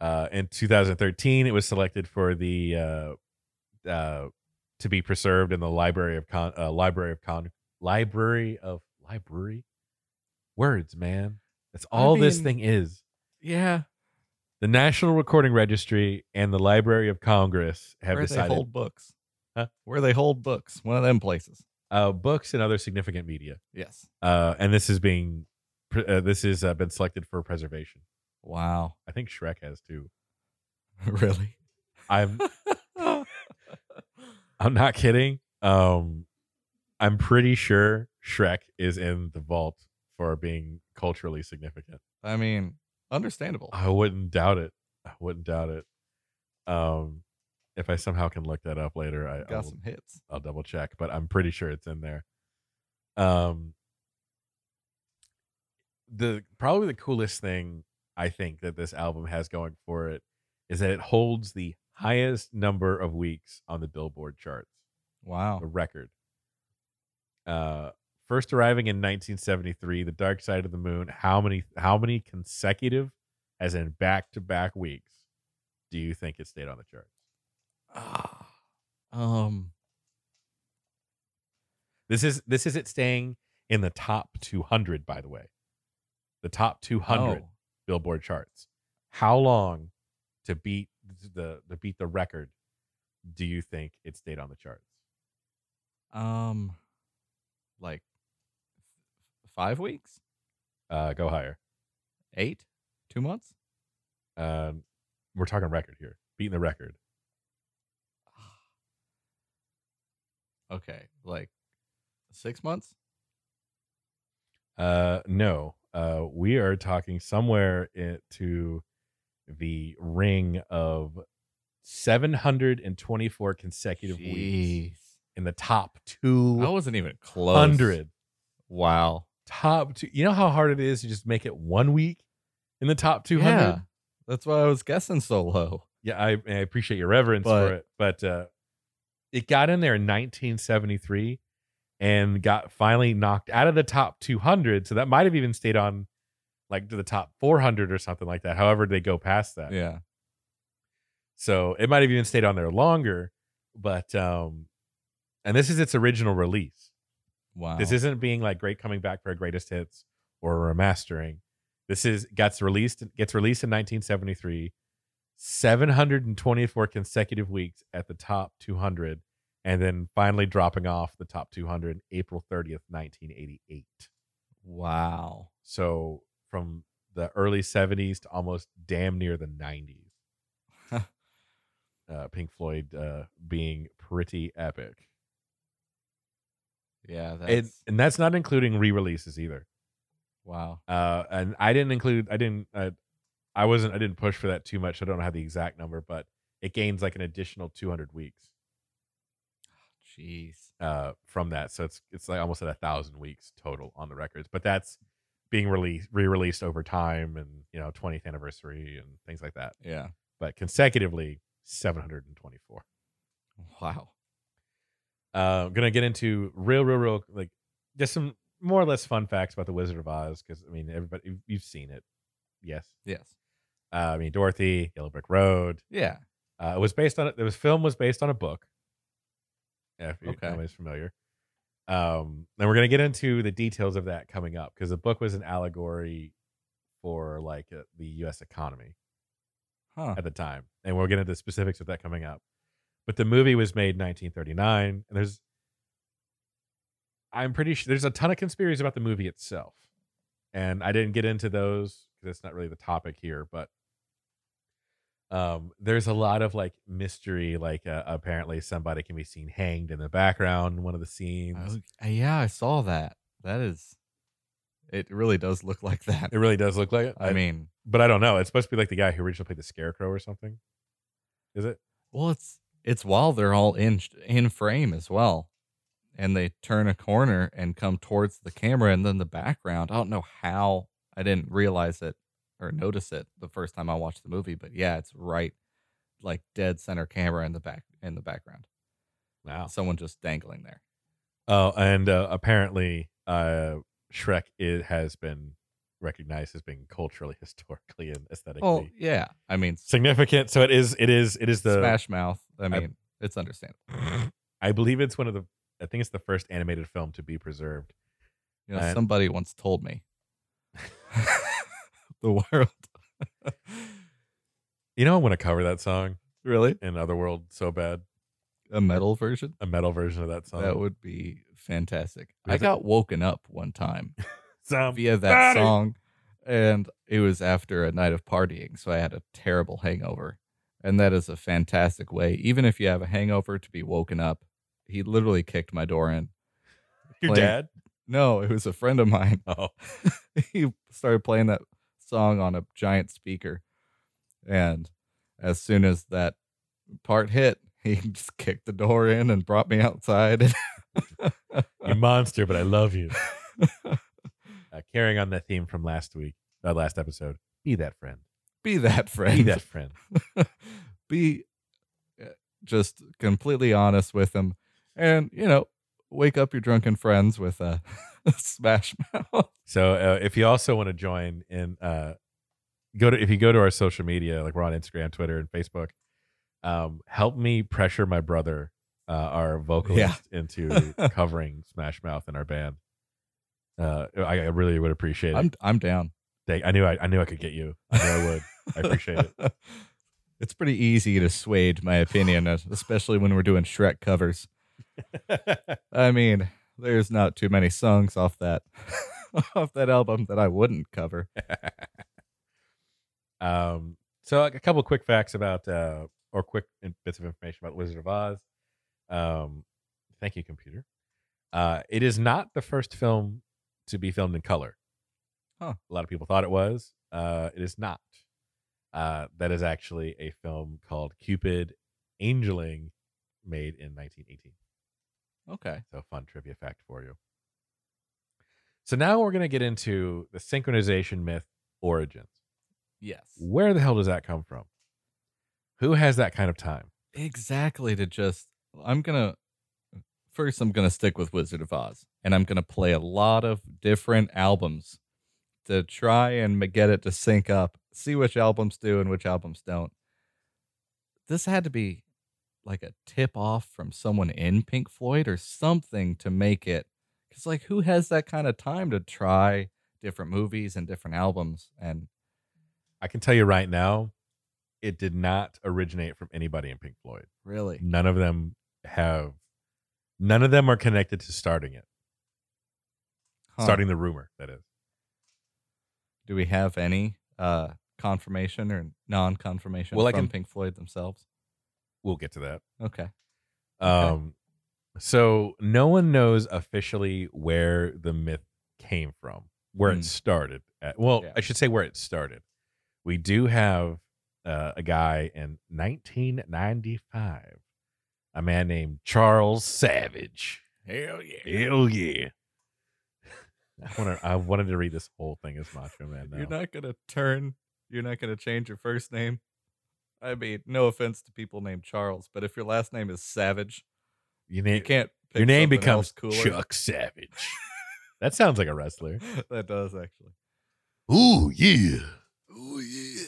Uh, in 2013, it was selected for the uh, uh, to be preserved in the Library of Con- uh, Library of Con- Library of Library Words. Man, that's
I
all this
mean-
thing is.
Yeah.
The National Recording Registry and the Library of Congress have
Where
decided
they hold books.
Huh?
Where they hold books. One of them places.
uh, books and other significant media.
Yes.
uh, and this is being pr- uh, this has uh, been selected for preservation.
Wow.
I think Shrek has too.
really?
I'm I'm not kidding. Um, I'm pretty sure Shrek is in the vault for being culturally significant.
I mean, understandable.
I wouldn't doubt it. I wouldn't doubt it. Um, if I somehow can look that up later, I, I
Got
will
some hits.
I'll double check, but I'm pretty sure it's in there. Um, the probably the coolest thing I think that this album has going for it is that it holds the highest number of weeks on the Billboard charts,
Wow.
the record. Uh, first arriving in 1973, The Dark Side of the Moon. How many? How many consecutive, as in back to back weeks, do you think it stayed on the charts?
Ah. um.
This is this is it staying in the top 200 by the way. The top 200
oh.
Billboard charts. How long to beat the to beat the record do you think it stayed on the charts?
Um, like five weeks,
Uh go higher.
eight, two months.
Um we're talking record here. Beating the record.
Okay, like six months.
Uh no. Uh we are talking somewhere in, to the ring of 724 consecutive weeks in the top
I
200.
wasn't even close. Wow.
top two. You know how hard it is to just make it one week in the top 200?
Yeah, that's why I was guessing so low.
Yeah, I, I appreciate your reverence
But-
for it. But uh, it got in there in 1973 and got finally knocked out of the top 200. So that might have even stayed on like to the top 400 or something like that. However, they go past that.
Yeah.
So it might have even stayed on there longer. But, um, and this is its original release.
Wow.
This isn't being like great coming back for a greatest hits or a remastering. This is gets released gets released in 1973, 724 consecutive weeks at the top 200, and then finally dropping off the top 200 April 30th, 1988.
wow.
So from the early 70s to almost damn near the 90s. Uh, Pink Floyd uh, being pretty epic,
Yeah. That's
and, and that's not including re-releases either.
wow.
uh, and I didn't include, I didn't, uh, I wasn't, I didn't push for that too much. so I don't have the exact number, but it gains like an additional 200 weeks
Jeez.
uh, from that. So it's it's like almost at a thousand weeks total on the records. But that's being released, re-released over time, and you know, 20th anniversary and things like that.
Yeah.
But consecutively, 724.
Wow.
Uh, I'm gonna get into real, real, real, like just some more or less fun facts about the Wizard of Oz because I mean, everybody, you've seen it, yes.
Yes.
Uh, I mean, Dorothy, Yellow Brick Road.
Yeah.
Uh, it was based on it. was film was based on a book. Yeah, if
Okay.
okay. anybody's familiar. Um, and we're gonna get into the details of that coming up because the book was an allegory for like uh, the U.S. economy
Huh.
at the time, and we'll get into the specifics of that coming up. But the movie was made in 1939, and there's, I'm pretty sure there's a ton of conspiracies about the movie itself, and I didn't get into those because that's not really the topic here. But um, there's a lot of like mystery, like uh, apparently somebody can be seen hanged in the background in one of the scenes.
Oh, yeah, I saw that. That is, it really does look like that.
It really does look like it.
I mean,
but I don't know. It's supposed to be like the guy who originally played the Scarecrow or something. Is it?
well, it's it's while they're all in in frame as well, and they turn a corner and come towards the camera, and then the background. I don't know how I didn't realize it or notice it the first time I watched the movie, but yeah, it's right, like dead center camera in the back in the background.
Wow.
Someone just dangling there.
Oh, and uh, apparently, uh, Shrek is, has been recognized as being culturally, historically, and aesthetically
Well, yeah, I mean,
significant. So it is. It is. It is the.
Smash Mouth. I mean, it's understandable.
I believe it's one of the. I think it's the first animated film to be preserved.
You know,
And-
somebody once told me the world.
You know, I want to cover that song
really?
in Otherworld so bad.
A metal version?
A metal version of that song.
That would be fantastic. I
Is it-
got woken up one time
Some-
via that
Somebody-
song, and it was after a night of partying, so I had a terrible hangover. And that is a fantastic way, even if you have a hangover, to be woken up. He literally kicked my door in.
your
playing-
dad.
No, it was a friend of mine.
Oh,
he started playing that song on a giant speaker. And as soon as that part hit, he just kicked the door in and brought me outside.
you monster! But I love you. uh, carrying on that theme from last week, uh, last episode. Be that friend.
Be that
Be
friend.
that friend.
Be uh, just completely honest with him. And, you know, wake up your drunken friends with a smash mouth.
So uh, if you also want to join in, uh, go to if you go to our social media, like we're on Instagram, Twitter, and Facebook. Um, help me pressure my brother, uh, our vocalist, into covering Smash Mouth in our band. Uh, I, I really would appreciate it.
I'm, I'm down.
Thank- I knew I, I knew I could get you. I knew I would. I appreciate it.
It's pretty easy to swage my opinion, especially when we're doing Shrek covers. I mean, there's not too many songs off that off that album that I wouldn't cover.
Um, so like, a couple quick facts about uh, or quick in- bits of information about Wizard of Oz. Um, thank you, computer. Uh, it is not the first film to be filmed in color.
Huh.
A lot of people thought it was. Uh, it is not. Uh, that is actually a film called Cupid Angeling, made in 1918.
Okay.
So fun trivia fact for you. So now we're going to get into the synchronization myth origins.
Yes.
Where the hell does that come from? Who has that kind of time?
Exactly to just I'm going to first I'm going to stick with Wizard of Oz and I'm going to play a lot of different albums to try and ma- get it to sync up. See which albums do and which albums don't. This had to be like a tip off from someone in Pink Floyd or something to make it. Cause like who has that kind of time to try different movies and different albums? And
I can tell you right now, it did not originate from anybody in Pink Floyd.
really,
None of them have, none of them are connected to starting it,
Huh.
starting the rumor, that is.
do we have any uh confirmation or non-confirmation
Well, I
from
can-
Pink Floyd themselves?
We'll get to that.
Okay. Okay.
Um, So no one knows officially where the myth came from, where
Hmm.
it started. At, well,
Yeah.
I should say where it started. We do have uh, a guy in 1995, a man named Charles Savage.
Hell yeah.
Hell yeah! I, wanna, I wanted to read this whole thing as Macho Man. Now.
You're not gonna turn. You're not gonna change your first name. I mean, no offense to people named Charles, but if your last name is Savage,
You
you
name,
can't. Pick
your name
something
becomes
else cooler.
Chuck Savage. that sounds like a wrestler.
that does actually.
Oh yeah. Oh yeah.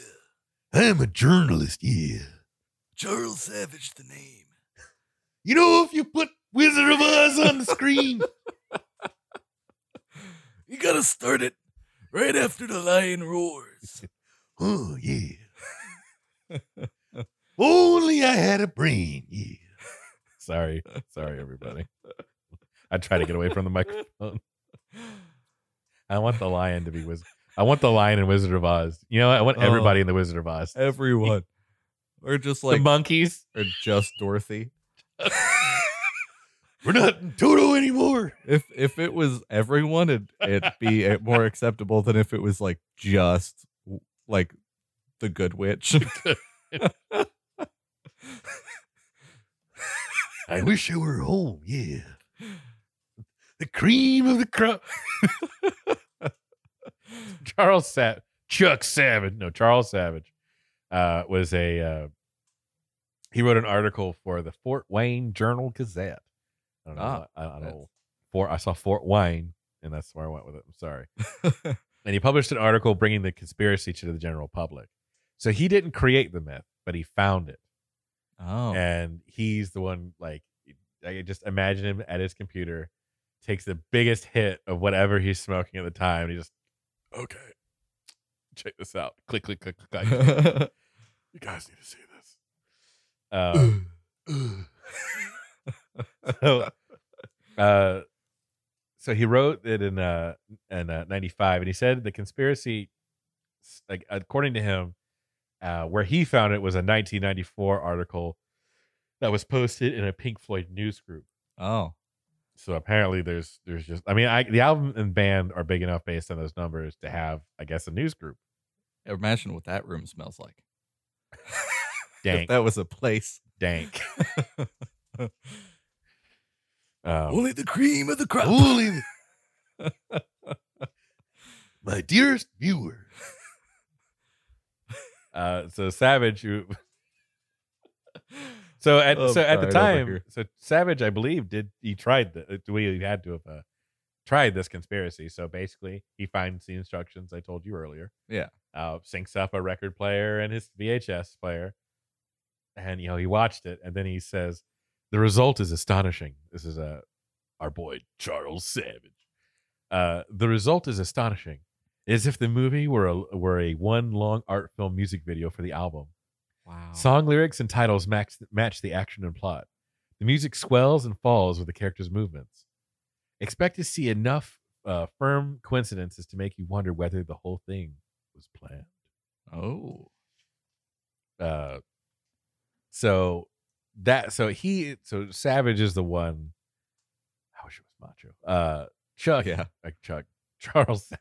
I'm a journalist, yeah.
Charles Savage, the name.
You know, if you put Wizard of Oz on the screen.
You gotta start it right after the lion roars.
oh yeah. Only I had a brain. Yeah. Sorry, sorry everybody. I try to get away from the microphone. I want the lion to be wizard. I want the lion in Wizard of Oz. You know, I want
Oh.
everybody in the Wizard of Oz.
Everyone. Or just like
the monkeys.
or just Dorothy.
We're not in Toto anymore.
If if it was everyone, it, it'd be uh, more acceptable than if it was like just like the Good Witch.
I wish I were home. Yeah. The cream of the crop. Charles Sa- Chuck Savage. No, Charles Savage uh, was a. Uh, he wrote an article for the Fort Wayne Journal Gazette. I don't know.
Ah,
I, I don't
that's-
know. Fort, I saw Fort Wayne, and that's where I went with it. I'm sorry. and he published an article bringing the conspiracy to the general public. So he didn't create the myth, but he found it
oh.
and he's the one like I could just imagine him at his computer, takes the biggest hit of whatever he's smoking at the time, and he just okay, check this out, click click click click. click. you guys need to see this. Um, so, uh, so he wrote it in uh in uh, '95, and he said the conspiracy, s- like according to him, uh, where he found it was a 1994 article that was posted in a Pink Floyd news group.
oh.
So apparently, there's there's just I mean, I, the album and band are big enough based on those numbers to have, I guess, a news group.
Imagine what that room smells like. If
Dank,
that was a place.
dank. Um,
Only the cream of the crop.
Holy. My dearest viewer. Uh, so Savage, who, so at
I'm
so at the
tired over
time,
here.
so Savage, I believe, did he tried the we had to have uh, tried this conspiracy. So basically, he finds the instructions I told you earlier.
Yeah.
uh, syncs up a record player and his VHS player, and you know he watched it, and then he says, "The result is astonishing." This is uh, our boy Charles Savage. Uh, the result is astonishing. It is if the movie were a, were a one long art film music video for the album.
Wow.
Song lyrics and titles match, match the action and plot. The music swells and falls with the characters' movements. Expect to see enough uh, firm coincidences to make you wonder whether the whole thing was planned.
oh.
Uh, so that so he so Savage is the one. I wish it was Macho. Uh, Chuck,
Yeah.
like Chuck Charles Savage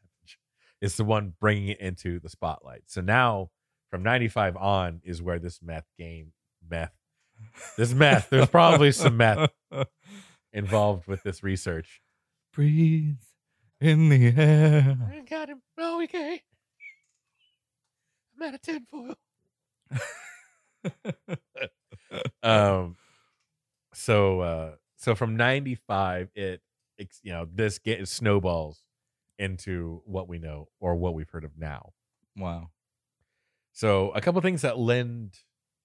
is the one bringing it into the spotlight. So now from 95 on is where this meth game meth this meth there's probably some meth involved with this research.
Breathe in the air.
I got him. Oh, okay. I'm out of tinfoil. um so uh so from 95 it it's you know this get snowballs into what we know or what we've heard of now
Wow.
so a couple things that lend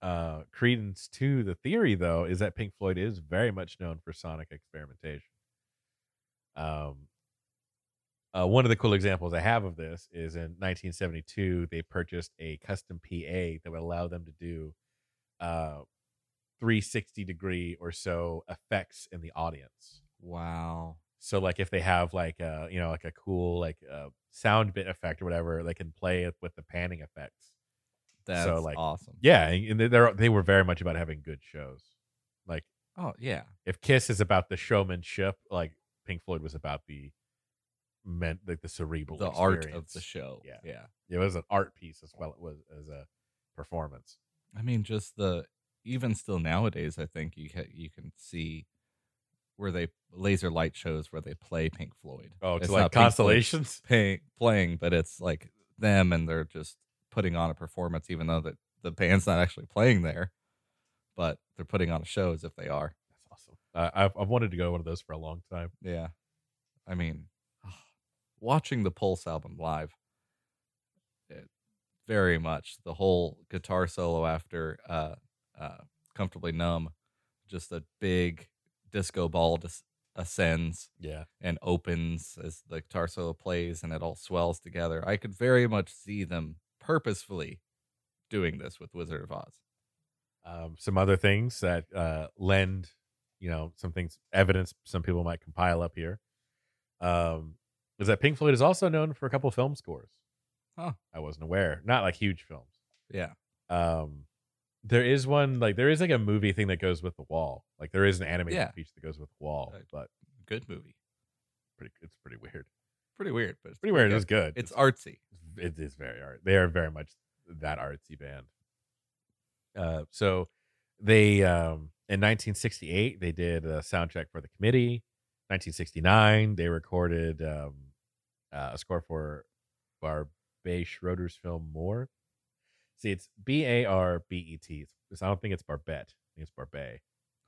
uh credence to the theory though is that pink floyd is very much known for sonic experimentation um uh, one of the cool examples I have of this is in 1972, they purchased a custom PA that would allow them to do uh, 360 degree or so effects in the audience.
Wow.
So, like if they have like a you know like a cool like uh, sound bit effect or whatever, they can play it with the panning effects.
That's
like,
awesome.
Yeah, and they- they're they were very much about having good shows. Like
Oh, yeah.
if Kiss is about the showmanship, like Pink Floyd was about the meant like the cerebral
The art of
experience.
the show.
Yeah.
Yeah.
it was an art piece as well it was as a performance
I mean, just the even still nowadays, I think you ca- you can see where they laser light shows where they play Pink Floyd.
oh
It's
to
not
like
Pink Floyd
constellations
pay, playing, but it's like them and they're just putting on a performance, even though the, the band's not actually playing there, but they're putting on a show as if they are.
that's awesome uh, I've, I've wanted to go to one of those for a long time
Yeah. I mean, watching the Pulse album live, it- very much the whole guitar solo after uh, uh, Comfortably Numb, just a big disco ball dis- ascends
Yeah.
and opens as the guitar solo plays and it all swells together. I could very much see them purposefully doing this with Wizard of Oz.
Um, some other things that uh, lend, you know, some things, evidence some people might compile up here um, is that Pink Floyd is also known for a couple film scores.
Huh.
I wasn't aware. Not like huge films.
Yeah.
um there is one like there is like a movie thing that goes with the wall like there is an animated
Yeah.
feature that goes with the wall
Right.
but
Good movie.
pretty it's pretty weird
Pretty weird, but it's
pretty weird
good.
it's good
It's artsy.
it is very art they are very much that artsy band uh so they um in 1968 they did a soundtrack for the committee 1969 they recorded um uh, a score for Barbe Schroeder's film More. See, it's B A R B E T. It's- it's- I don't think it's Barbette. I think it's Barbe.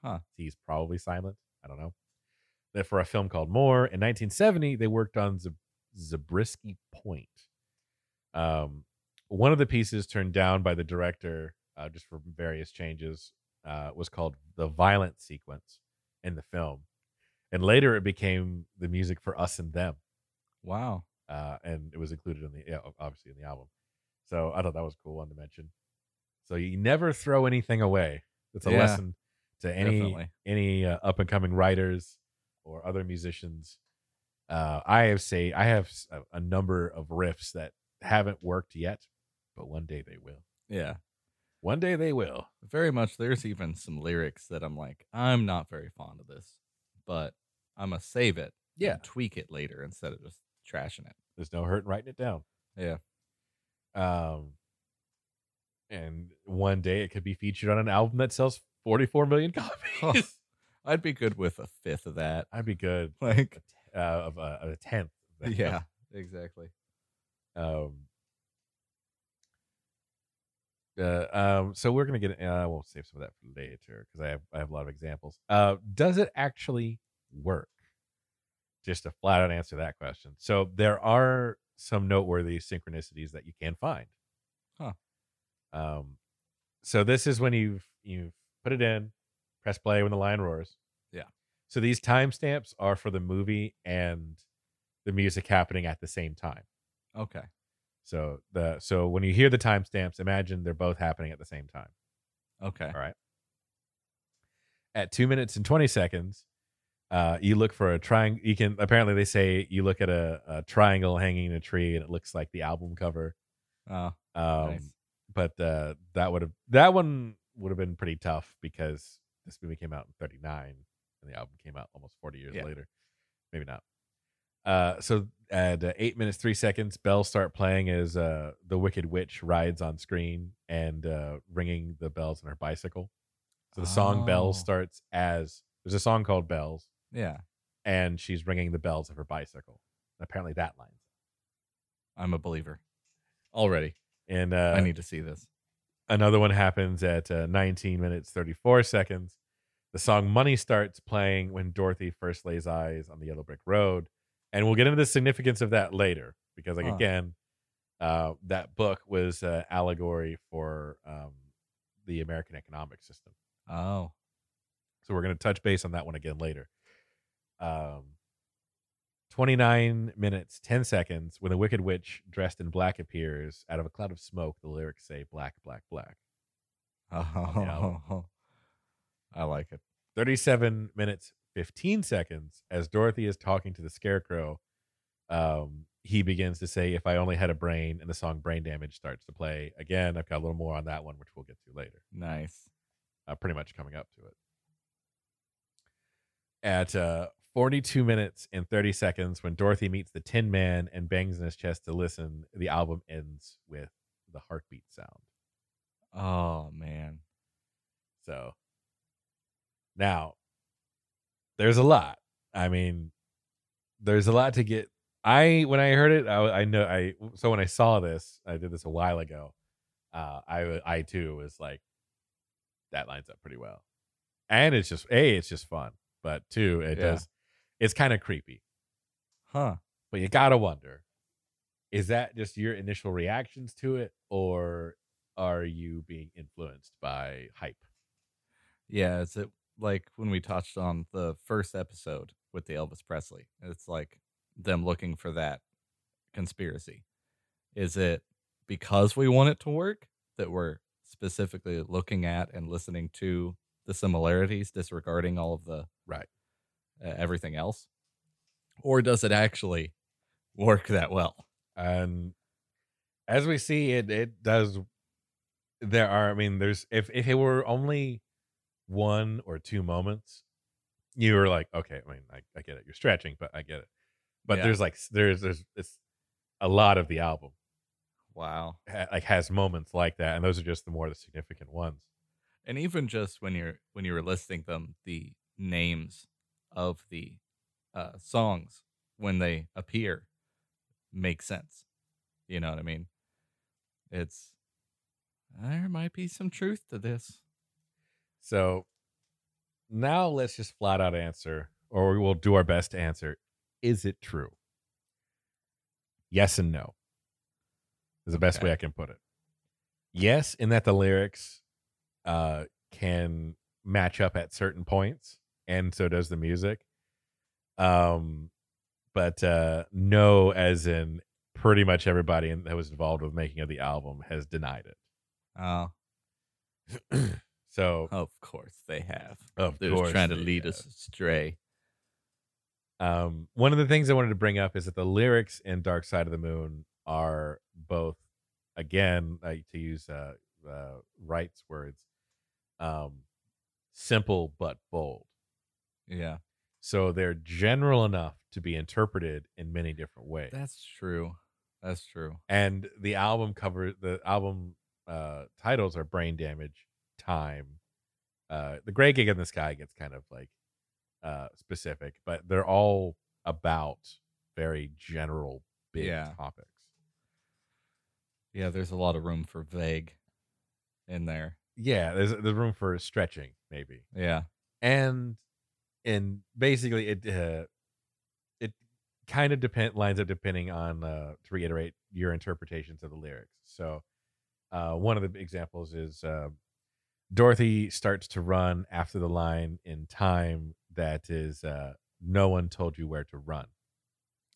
Huh.
He's probably silent. I don't know. That for a film called More in 1970, they worked on Z- Zabriskie Point. Um, one of the pieces turned down by the director, uh, just for various changes, uh, was called the violent sequence in the film, and later it became the music for Us and Them
Wow.
uh, and it was included in the yeah, ob- obviously in the album. So I thought that was a cool one to mention. So you never throw anything away. It's a
Yeah,
lesson to any
Definitely.
any uh, up and coming writers or other musicians. Uh, I have say I have s- a, a number of riffs that haven't worked yet, but one day they will.
Yeah.
One day they will.
Very much there's even some lyrics that I'm like, I'm not very fond of this, but I'm gonna save it. and
Yeah.
tweak it later instead of just trashing it.
There's no hurt in writing it down.
Yeah.
Um, and one day it could be featured on an album that sells 44 million copies.
Huh. I'd be good with a fifth of that.
I'd be good.
Like
uh, of a, of a tenth. of that.
Yeah, exactly.
Um, uh, um, so we're gonna get. Uh, I won't save some of that for later because I have I have a lot of examples. Uh, does it actually work? Just to flat out answer that question. So there are some noteworthy synchronicities that you can find.
Huh.
Um, so this is when you've you've put it in, press play when the lion roars.
Yeah.
So these timestamps are for the movie and the music happening at the same time.
Okay.
So the so when you hear the timestamps, imagine they're both happening at the same time.
Okay.
All right. At two minutes and twenty seconds, uh, you look for a triangle. You can apparently they say you look at a, a triangle hanging in a tree, and it looks like the album cover.
Oh,
Um,
nice.
But uh, that would have that one would have been pretty tough because this movie came out in '39 and the album came out almost 40 years
Yeah.
later. Maybe not. Uh, so at uh, eight minutes three seconds, bells start playing as uh, the Wicked Witch rides on screen and uh, ringing the bells on her bicycle. So the song "Bells"
Oh.
starts as there's a song called "Bells,"
Yeah.
and she's ringing the bells of her bicycle. Apparently, that line.
I'm a believer. Already.
And uh,
I need to see this.
Another one happens at uh, 19 minutes 34 seconds. The song Money starts playing when Dorothy first lays eyes on the yellow brick road. And we'll get into the significance of that later because, like,
Huh.
again, uh, that book was uh, allegory for um, the American economic system.
Oh.
So we're going to touch base on that one again later. Um, 29 minutes, 10 seconds. When the Wicked Witch dressed in black appears out of a cloud of smoke, the lyrics say black, black, black.
Oh. I like it.
37 minutes 15 seconds as dorothy is talking to the scarecrow um he begins to say if i only had a brain and the song brain damage starts to play again i've got a little more on that one which we'll get to later
Nice.
uh, pretty much coming up to it at uh 42 minutes and 30 seconds when dorothy meets the tin man and bangs in his chest to listen the album ends with the heartbeat sound
Oh man.
So now there's a lot. I mean, there's a lot to get. I when I heard it, I, I know I so when I saw this, I did this a while ago. Uh, I wa- I too was like, that lines up pretty well, and it's just a it's just fun, but two it
Yeah.
does it's kind of creepy.
Huh.
But you gotta wonder, is that just your initial reactions to it, or are you being influenced by hype?
Yeah, is it like when we touched on the first episode with the Elvis Presley. It's like them looking for that conspiracy. Is it because we want it to work that we're specifically looking at and listening to the similarities, disregarding all of the
Right.
uh, everything else? Or does it actually work that well?
and as we see it it does there are i mean there's if if it were only one or two moments you were like okay i mean i, I get it you're stretching but i get it but
Yeah.
there's like s- there's there's it's a lot of the album
Wow.
ha- like has moments like that and those are just the more the significant ones
and even just when you're when you were listing them the names of the uh, songs when they appear make sense you know what i mean it's there might be some truth to this
so now let's just flat out answer or we will do our best to answer is it true yes and no is the best
Okay.
way i can put it yes in that the lyrics uh can match up at certain points and so does the music um but uh no as in pretty much everybody in- that was involved with making of the album has denied
oh
it so
of course they have
of
they're
course
just trying to
they
lead
have.
us astray
Um, one of the things I wanted to bring up is that the lyrics in Dark Side of the Moon are both, again, like to use uh, uh, Wright's words, um, simple but bold.
yeah
So they're general enough to be interpreted in many different ways.
that's true that's true
and the album cover, the album uh, titles are Brain Damage, Time. Uh, the Gray Gig in the Sky gets kind of like uh, specific, but they're all about very general, big
Yeah.
topics.
yeah there's a lot of room for vague in there
Yeah, there's there's room for stretching maybe,
yeah
and and basically it uh, it kind of depend lines up depending on uh, to reiterate your interpretations of the lyrics. So uh, one of the examples is uh, Dorothy starts to run after the line in time that is uh, no one told you where to run.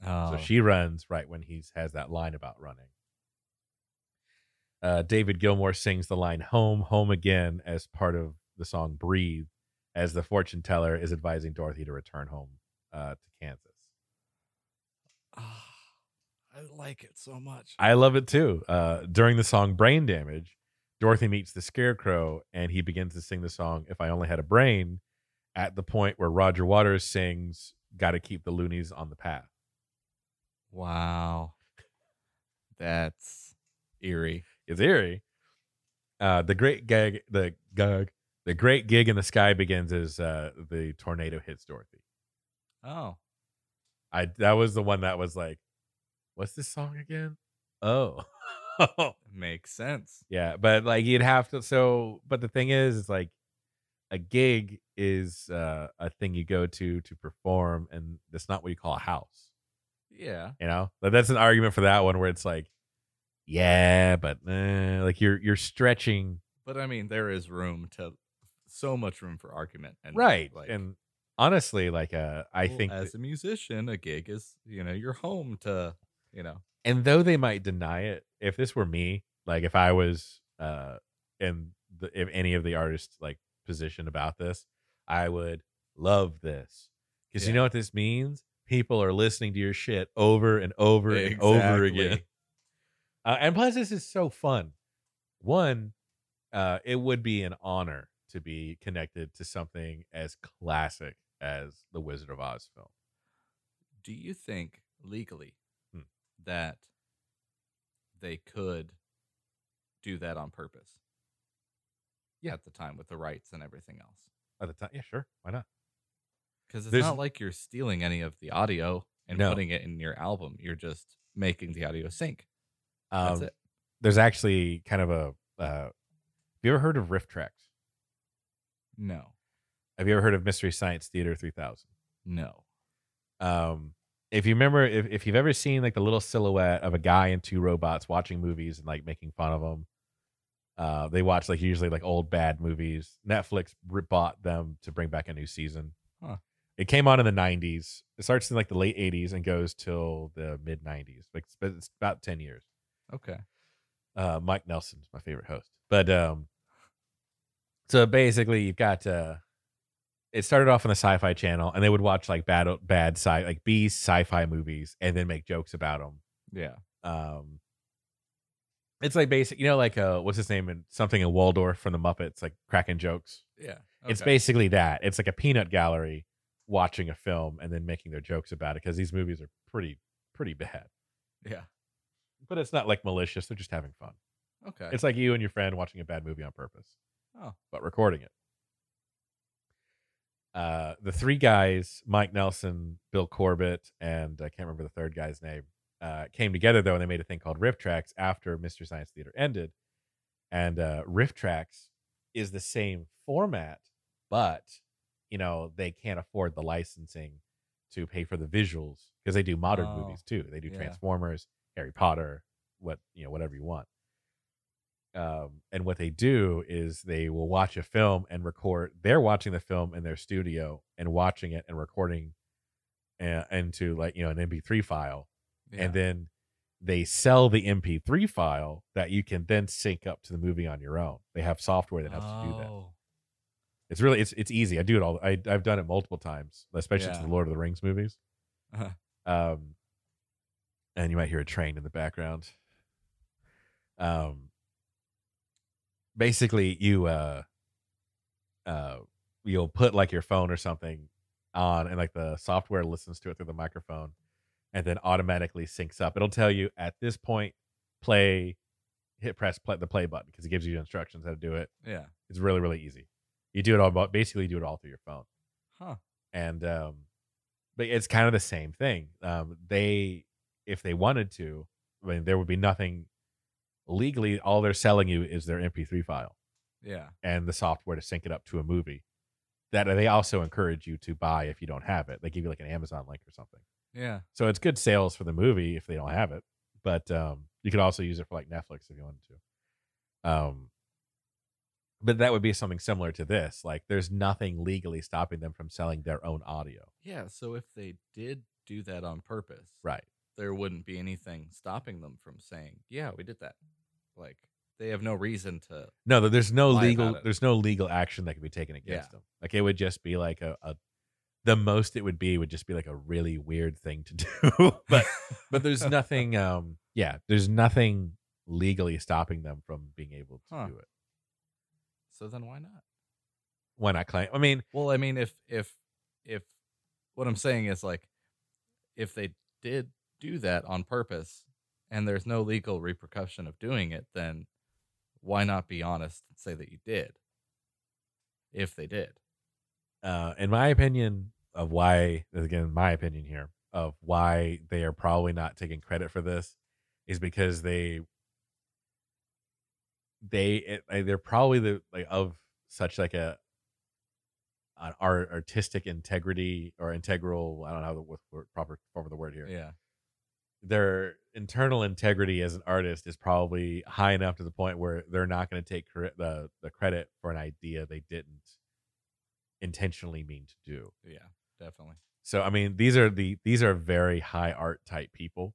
oh,
So she runs right when he has that line about running. Uh, David Gilmour sings the line "Home, Home Again" as part of the song "Breathe," as the fortune teller is advising Dorothy to return home uh, to Kansas.
Ah, i like it so much
I love it too. Uh, during the song "Brain Damage," Dorothy meets the Scarecrow, and he begins to sing the song "If I Only Had a Brain," at the point where Roger Waters sings "Got to keep the loonies on the path."
Wow. That's eerie.
is eerie. Uh, the great gag, the gug, the great gig in the sky begins as uh, the tornado hits Dorothy.
Oh.
I that was the one that was like, what's this song again? Oh,
Makes sense.
yeah. But like you'd have to. So, but the thing is, is like a gig is uh, a thing you go to to perform, and that's not what you call a house.
Yeah.
You know, but that's an argument for that one where it's like, yeah, but eh, like you're you're stretching
But I mean, there is room to so much room for argument. And
right
like,
and honestly like uh i
well,
think
as
that-
a musician, a gig is, you know, your home to, you know,
and though they might deny it if this were me like if i was uh in the if any of the artists like position about this i would love this because you
Yeah.
know what this means people are listening to your shit over and over and over again
Exactly.
uh, and plus this is so fun one uh it would be an honor to be connected to something as classic as the wizard of oz film
Do you think legally
Hmm.
that they could do that on purpose?
Yeah.
At the time with the rights and everything else.
at the time yeah sure why not
Because it's
There's-
not like you're stealing any of the audio and
No.
putting it in your album. You're just making the audio sync. That's
Um,
it.
There's actually kind of a. Uh, have you ever heard of Riff Tracks?
No,
Have you ever heard of Mystery Science Theater 3000?
no.
Um, if you remember, if, if you've ever seen like the little silhouette of a guy and two robots watching movies and like making fun of them, Uh, they watch like usually like old bad movies. Netflix re- bought them to bring back a new season.
Huh.
It came on in the '90s. It starts in like the late '80s and goes till the mid '90s. Like it's, it's about ten years.
Okay.
uh, Mike Nelson's my favorite host. But um, so basically, you've got uh, it started off on the Sci-Fi Channel, and they would watch like bad bad sci like B sci-fi movies, and then make jokes about them.
Yeah.
Um, it's like basic, you know, like uh, what's his name and something in Waldorf from the Muppets, like cracking jokes.
Yeah.
It's
okay.
basically that. It's like a peanut gallery watching a film and then making their jokes about it because these movies are pretty pretty bad.
Yeah.
But it's not like malicious; they're just having fun.
Okay.
It's like you and your friend watching a bad movie on purpose.
Oh.
But recording it. Uh, the three guys, Mike Nelson, Bill Corbett, and I can't remember the third guy's name, uh, came together though, and they made a thing called Riff Tracks after Mr. Science Theater ended. And uh, Riff Tracks is the same format, but you know they can't afford the licensing to pay for the visuals because they do modern
Oh,
movies too. They do
yeah.
Transformers, Harry Potter, what you know, whatever you want um, and what they do is they will watch a film and record. They're watching the film in their studio and watching it and recording uh, into like you know an MP3 file,
yeah.
and then they sell the MP3 file that you can then sync up to the movie on your own. They have software that helps you do that.
Oh.
It's really it's it's easy. I do it all. I I've done it multiple times, especially to
Yeah.
the Lord of the Rings movies.
Uh-huh.
Um, and you might hear a train in the background. Um, basically, you uh, uh, you'll put like your phone or something on, and like the software listens to it through the microphone, and then automatically syncs up. It'll tell you at this point, play, hit press play the play button because it gives you instructions how to do it.
Yeah.
It's really really easy. You do it all, but basically do it all through your phone
Huh.
and um but it's kind of the same thing um they if they wanted to i mean there would be nothing legally all they're selling you is their mp3 file
Yeah.
and the software to sync it up to a movie that they also encourage you to buy if you don't have it they give you like an amazon link or something
Yeah.
so it's good sales for the movie if they don't have it but um you could also use it for like netflix if you wanted to um but that would be something similar to this like there's nothing legally stopping them from selling their own audio
Yeah. So if they did do that on purpose,
Right.
there wouldn't be anything stopping them from saying, "Yeah, we did that." Like they have no reason to.
No, th- there's no
Lie about
legal
it.
there's no legal action that can be taken against
Yeah.
them. Like it would just be like a, a the most it would be would just be like a really weird thing to do. but but there's nothing um yeah, there's nothing legally stopping them from being able to
Huh.
do it.
so then why not?
Why not claim I mean,
Well, I mean, if if if what I'm saying is like, if they did do that on purpose, and there's no legal repercussion of doing it, then why not be honest and say that you did? If they did,
uh in my opinion of why again my opinion here of why they are probably not taking credit for this is because they they it, like, they're probably the like of such like a an art, artistic integrity or integral I don't know how the what, what proper form of the word here
yeah,
their internal integrity as an artist is probably high enough to the point where they're not going to take cre- the the credit for an idea they didn't intentionally mean to do.
yeah, definitely,
So I mean, these are the these are very high art type people.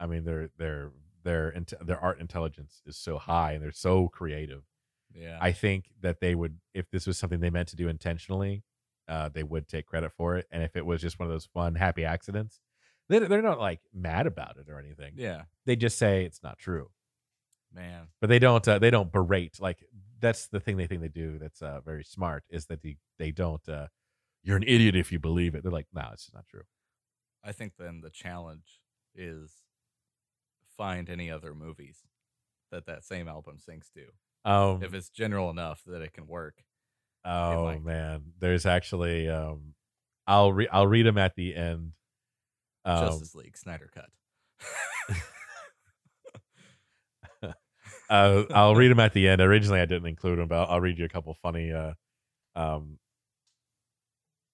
I mean, their their their int- their art intelligence is so high and they're so creative.
yeah,
I think that they would, if this was something they meant to do intentionally, uh, they would take credit for it. And if it was just one of those fun, happy accidents, they they're not like mad about it or anything.
yeah,
They just say it's not true,
man,
but they don't uh, they don't berate. Like that's the thing they think they do. That's uh, very smart is that they they don't. Uh, You're an idiot if you believe it. They're like, no, it's just not true.
I think then the challenge is find any other movies that that same album syncs to.
Um,
If it's general enough that it can work.
Oh
like-
man, there's actually um, I'll re- I'll read them at the end. Um,
Justice League Snyder cut.
uh, I'll read them at the end. Originally, I didn't include them, but I'll, I'll read you a couple funny, uh, um,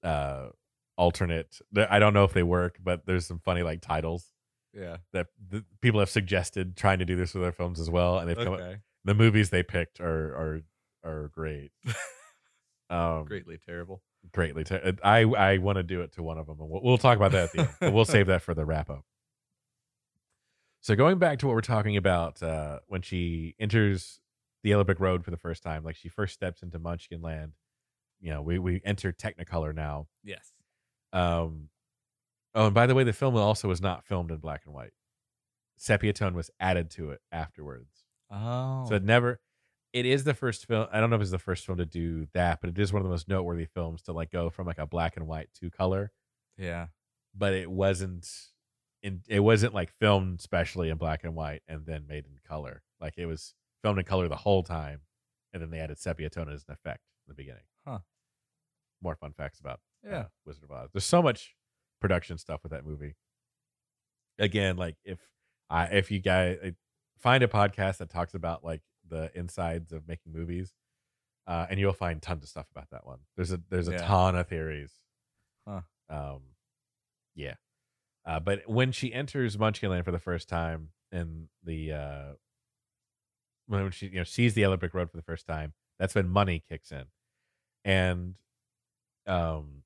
uh, alternate. I don't know if they work, but there's some funny like titles
Yeah.
that th- people have suggested trying to do this with their films as well, and they've come up, the movies they picked are are are great. Um,
Greatly terrible.
greatly. Ter- I I want to do it to one of them, and we'll, we'll talk about that at the end. But we'll save that for the wrap up. So going back to what we're talking about, uh, when she enters the Yellow Brick Road for the first time, like she first steps into Munchkin Land, you know, we we enter Technicolor now.
Yes.
Um, oh, and by the way, the film also was not filmed in black and white. Sepia tone was added to it afterwards.
Oh.
So it never. It is the first film. I don't know if it's the first film to do that, but it is one of the most noteworthy films to like go from like a black and white to color.
yeah.
But it wasn't. In, it wasn't like filmed specially in black and white and then made in color. Like it was filmed in color the whole time, and then they added sepia tone as an effect in the beginning.
Huh.
More fun facts about
Yeah.
uh, Wizard of Oz. There's so much production stuff with that movie. Again, like if I if you guys uh, find a podcast that talks about like the insides of making movies, uh, and you'll find tons of stuff about that one. There's a there's a
Yeah.
ton of theories.
Huh.
Um, yeah. Uh, but when she enters Munchkinland for the first time, and the uh, when she you know sees the Yellow Brick Road for the first time, that's when money kicks in, and um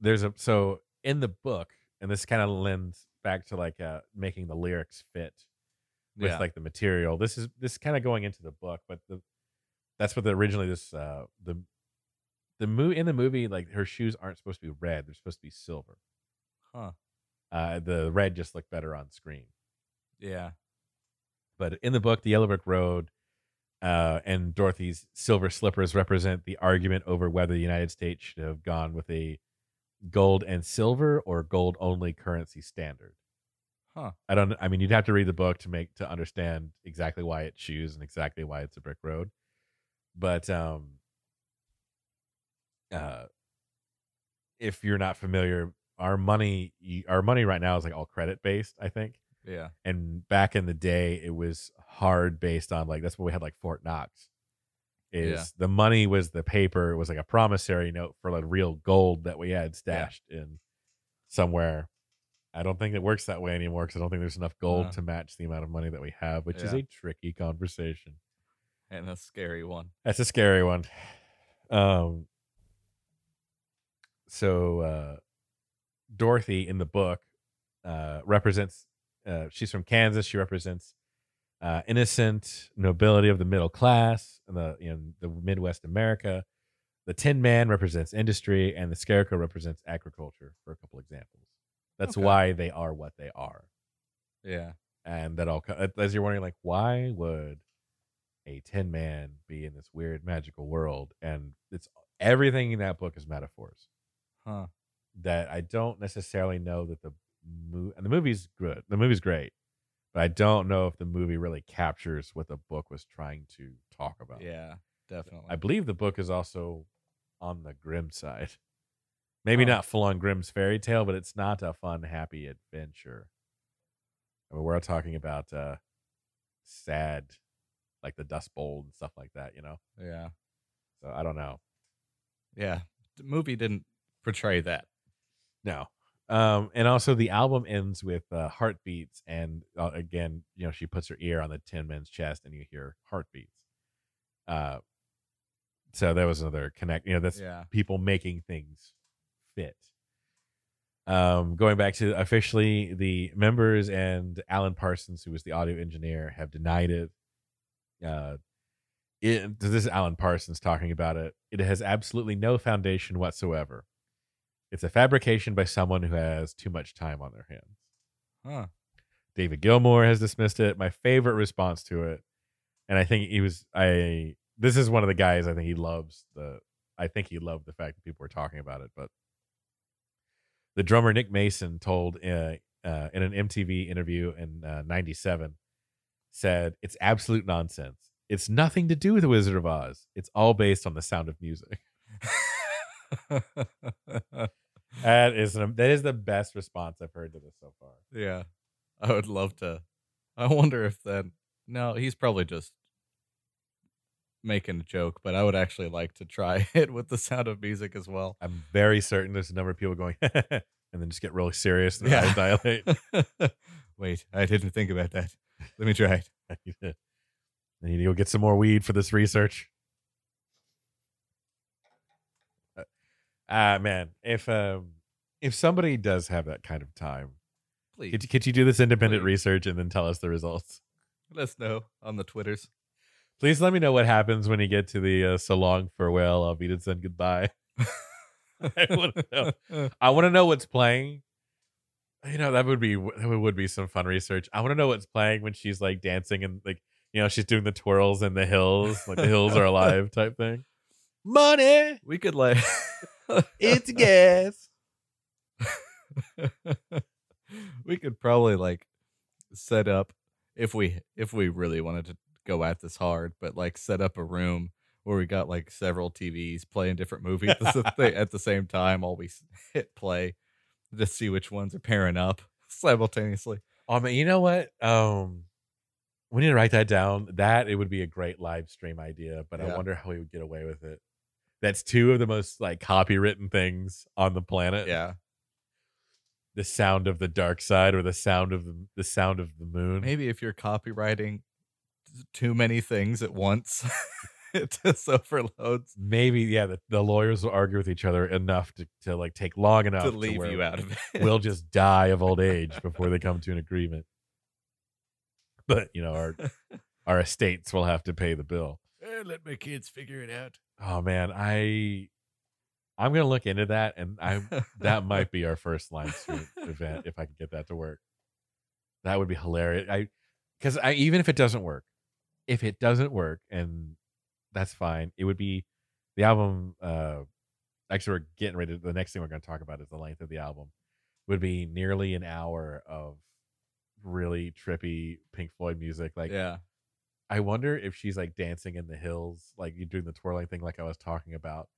there's a so in the book and this kind of lends back to like uh making the lyrics fit with
yeah.
like the material this is this kind of going into the book but the that's what the, originally this uh the the mo- in the movie like her shoes aren't supposed to be red they're supposed to be silver
huh.
uh the red just looked better on screen
Yeah.
but in the book the yellow brick road uh, and dorothy's silver slippers represent the argument over whether the united states should have gone with a gold and silver or gold only currency standard
Huh.
i don't i mean you'd have to read the book to make to understand exactly why it's shoes and exactly why it's a brick road but um uh if you're not familiar our money our money right now is like all credit based i think
Yeah.
and back in the day it was hard based on like that's what we had like fort knox is
Yeah.
the money was the paper it was like a promissory note for like real gold that we had stashed in somewhere i don't think it works that way anymore because i don't think there's enough gold
Uh.
to match the amount of money that we have which is
Yeah.
a tricky conversation
And a scary one.
that's a scary one. Um so uh Dorothy in the book uh represents uh she's from Kansas, she represents uh innocent nobility of the middle class in the you know the Midwest America. The Tin Man represents industry and the Scarecrow represents agriculture for a couple examples. That's
Okay.
why they are what they are
Yeah.
and that all co- uh, as you're wondering like why would a tin man be in this weird magical world and it's everything in that book is metaphors
Huh.
that i don't necessarily know that the movie and the movie's good the movie's great but i don't know if the movie really captures what the book was trying to talk about
Yeah. Definitely.
i believe the book is also on the grim side maybe
Huh.
not full on grimm's fairy tale but it's not a fun happy adventure I mean, we're talking about uh, sad, like the Dust Bowl and stuff like that, you know.
yeah.
So I don't know.
Yeah. The movie didn't portray that.
No. Um, and also the album ends with uh, heartbeats, and uh, again, you know, she puts her ear on the Tin Man's chest, and you hear heartbeats. Uh, so that was another connect. You know, that's
Yeah.
people making things fit. Um, going back to officially, the members and Alan Parsons, who was the audio engineer, have denied it. Uh, it this is Alan Parsons talking about it. It has absolutely no foundation whatsoever. It's a fabrication by someone who has too much time on their hands.
Huh.
David Gilmour has dismissed it. My favorite response to it, and I think he was I. This is one of the guys I think he loves the. I think he loved the fact that people were talking about it, but the drummer Nick Mason told uh, uh, in an MTV interview in uh, '97 said it's absolute nonsense. It's nothing to do with the Wizard of Oz. It's all based on the sound of music. That is an, that is the best response I've heard to this so far.
yeah. I would love to. I wonder if then. No, he's probably just making a joke, but I would actually like to try it with the sound of music as well.
I'm very certain there's a number of people going and then just get really serious and their
Yeah.
eyes dilate.
Wait, I didn't think about that. Let me try it.
I need to go get some more weed for this research. Uh, Ah, man, if um, if somebody does have that kind of time,
Please
could you, could you do this independent
Please.
research and then tell us the results?
let us know on the Twitters.
Please let me know what happens when you get to the uh, so long farewell, I'll beat it and goodbye. I want to know. I want to know what's playing. You know that would be that would be some fun research. I want to know what's playing when she's like dancing and like you know she's doing the twirls and the hills, like the hills are alive type thing. Money,
we could like
it's gas.
we could probably like set up if we if we really wanted to go at this hard, but like set up a room where we got like several TVs playing different movies at the sa- at the same time. All we s- hit play to see which ones are pairing up simultaneously.
Oh man, you know what? Um, we need to write that down. That it would be a great live stream idea, but I
Yeah.
wonder how we would get away with it. That's two of the most like copywritten things on the planet.
Yeah,
the sound of the dark side or the sound of the, the sound of the moon.
maybe if you're copywriting t- too many things at once, it just overloads
maybe yeah the, the lawyers will argue with each other enough to, to like take long enough
to leave
where
you out of it.
we'll just die of old age before they come to an agreement but you know our our estates will have to pay the bill
Eh, let my kids figure it out.
oh man i i'm gonna look into that and i that might be our first live stream event if i could get that to work that would be hilarious i because i even if it doesn't work if it doesn't work and that's fine it would be the album uh actually we're getting ready to, the next thing we're going to talk about is the length of the album would be nearly an hour of really trippy pink floyd music like
yeah.
I wonder if she's like dancing in the hills, like you doing the twirling thing, like I was talking about,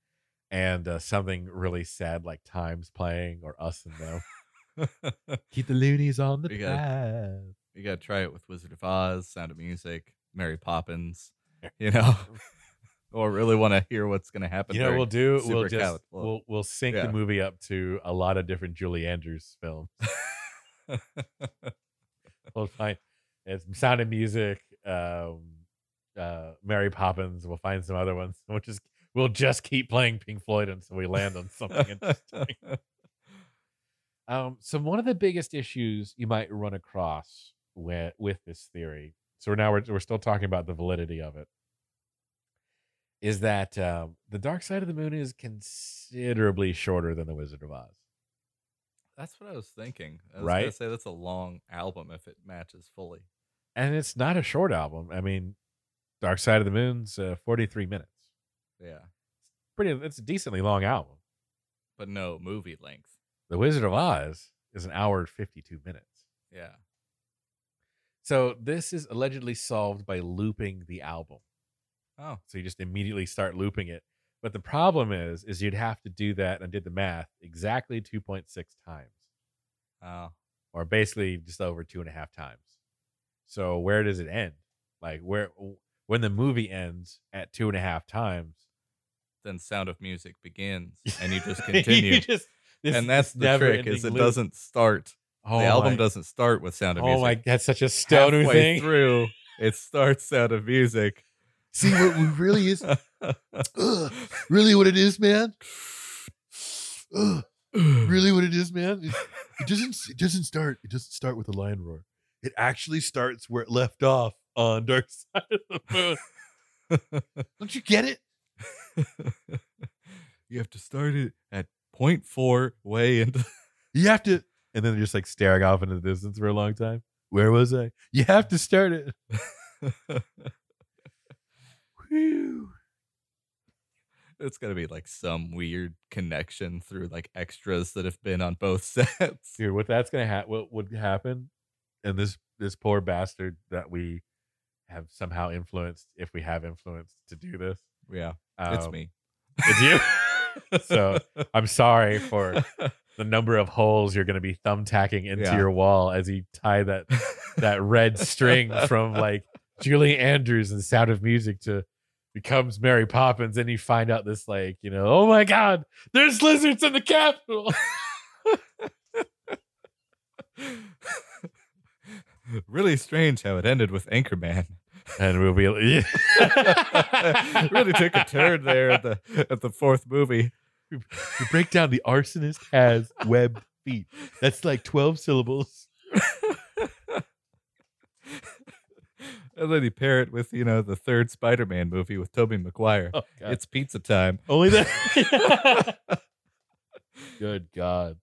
and uh, something really sad like Times playing or Us and Them.
you
Keep the loonies on the
We gotta-
path.
gotta try it with Wizard of Oz, Sound of Music, Mary Poppins, you know. or really want to hear what's gonna happen.
You know, what we'll do we'll
super
just
callous. Well,
we'll we'll sync
yeah.
the movie up to a lot of different Julie Andrews films.
during-
We'll find it's Sound of Music, um, uh, Mary Poppins. We'll find some other ones. We'll just we'll just keep playing Pink Floyd until we land on something interesting. Um, so one of the biggest issues you might run across with, with this theory, so we're now we're, we're still talking about the validity of it, is that um, the dark side of the moon is considerably shorter than the Wizard of Oz.
that's what I was thinking. I was gonna
Right?
say that's a long album if it matches fully.
And it's not a short album. I mean, Dark Side of the Moon's uh, 43 minutes.
Yeah.
Pretty, it's a decently long album.
But no movie length.
The Wizard of Oz is an hour and 52 minutes.
Yeah.
So this is allegedly solved by looping the album.
Oh.
so you just immediately start looping it but the problem is is you'd have to do that and i did the math exactly 2.6 times
Oh.
or basically just over two and a half times so where does it end like where when the movie ends at two and a half times
Then Sound of Music begins and you just continue.
you just, this
and that's the trick is
never-ending
it
loop.
doesn't start.
oh
the album
my-
doesn't start with Sound of
oh
Music.
my that's such a stoner
halfway
thing
through, it starts out of music.
see what what really is ugh, really what it is man Ugh, what it is man It's- it doesn't it doesn't start it doesn't start with a lion roar it actually starts where it left off on dark side of the moon don't you get it
you have to start it at point four way into.
you have to and then they're just like staring off into the distance for a long time where was i you have to start it Whew.
it's got to be like some weird connection through like extras that have been on both sets.
dude what that's gonna happen what would happen and this this poor bastard that we have somehow influenced if we have influenced to do this
Yeah, it's
um,
me.
it's you so i'm sorry for the number of holes you're going to be thumbtacking into
Yeah.
your wall as you tie that that red string from like Julie Andrews and Sound of Music to becomes Mary Poppins, and you find out this like you know, oh my God, there's lizards in the Capitol.
really strange how it ended with Anchorman.
and we'll be like, yeah.
really took a turn there at the at the fourth movie.
To break down, the arsonist has webbed feet. That's like twelve syllables.
And then you pair it with, you know, the third Spider Man movie with Toby Maguire.
Oh, God.
It's pizza time.
only that. Good God,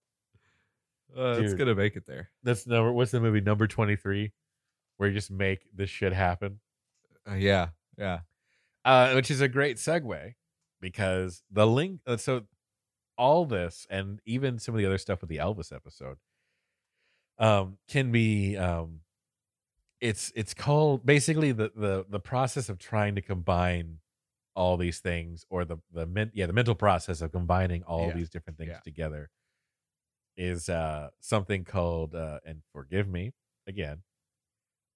Uh, it's
Dude.
gonna make it there.
that's number. What's the movie number twenty three? Where you just make this shit happen.
Uh, yeah, yeah.
uh, which is a great segue because the link. uh, So all this and even some of the other stuff with the Elvis episode um, can be. Um, it's it's called basically the the the process of trying to combine all these things or the the men, yeah the mental process of combining all
Yeah.
these different things
Yeah.
together is uh something called uh and forgive me again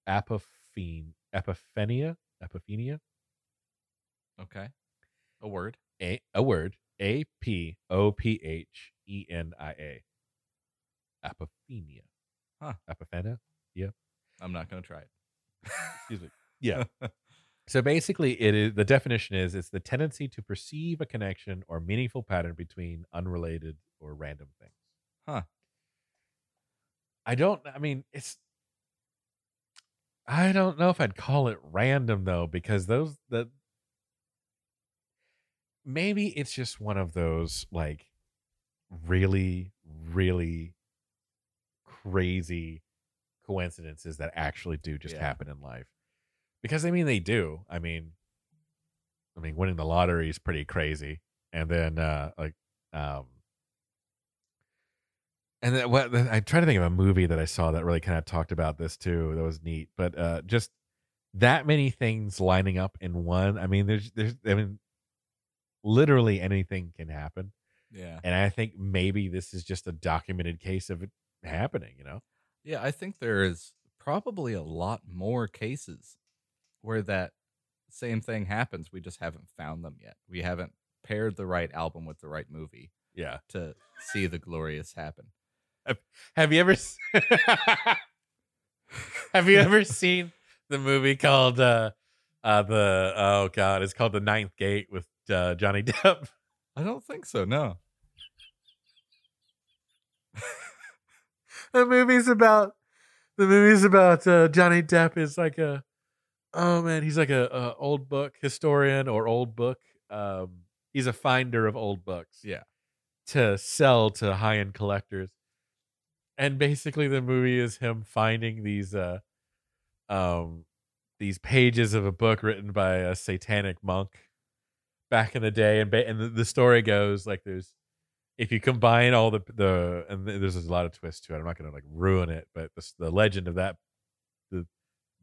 apophene epiphenia epiphenia
Okay, a word.
a, a word A P O P H E N I A. Apophenia.
Huh.
Apophenia?
I'm not gonna try it.
Excuse me. Yeah. so basically it is the definition is it's the tendency to perceive a connection or meaningful pattern between unrelated or random things.
Huh.
I don't I mean it's I don't know if I'd call it random though because those the maybe it's just one of those like really really crazy coincidences that actually do just
Yeah.
happen in life because i mean they do i mean i mean winning the lottery is pretty crazy and then uh like um and then what i try to think of a movie that i saw that really kind of talked about this too that was neat but uh just that many things lining up in one i mean there's there's i mean literally anything can happen
Yeah,
and i think maybe this is just a documented case of it happening you know
yeah. I think there is probably a lot more cases where that same thing happens. We just haven't found them yet. We haven't paired the right album with the right movie
yeah
to see the glorious happen.
have you ever s- have you ever seen the movie called uh uh the oh god it's called the ninth gate with uh, johnny depp
I don't think so. No.
the movie's about the movie's about uh, Johnny Depp is like a oh man he's like a, a old book historian or old book um he's a finder of old books
Yeah.
to sell to high end collectors and basically the movie is him finding these uh um these pages of a book written by a satanic monk back in the day and ba- and the, the story goes like there's if you combine all the the and th- there's a lot of twists to it. I'm not going to like ruin it, but the, s- the legend of that the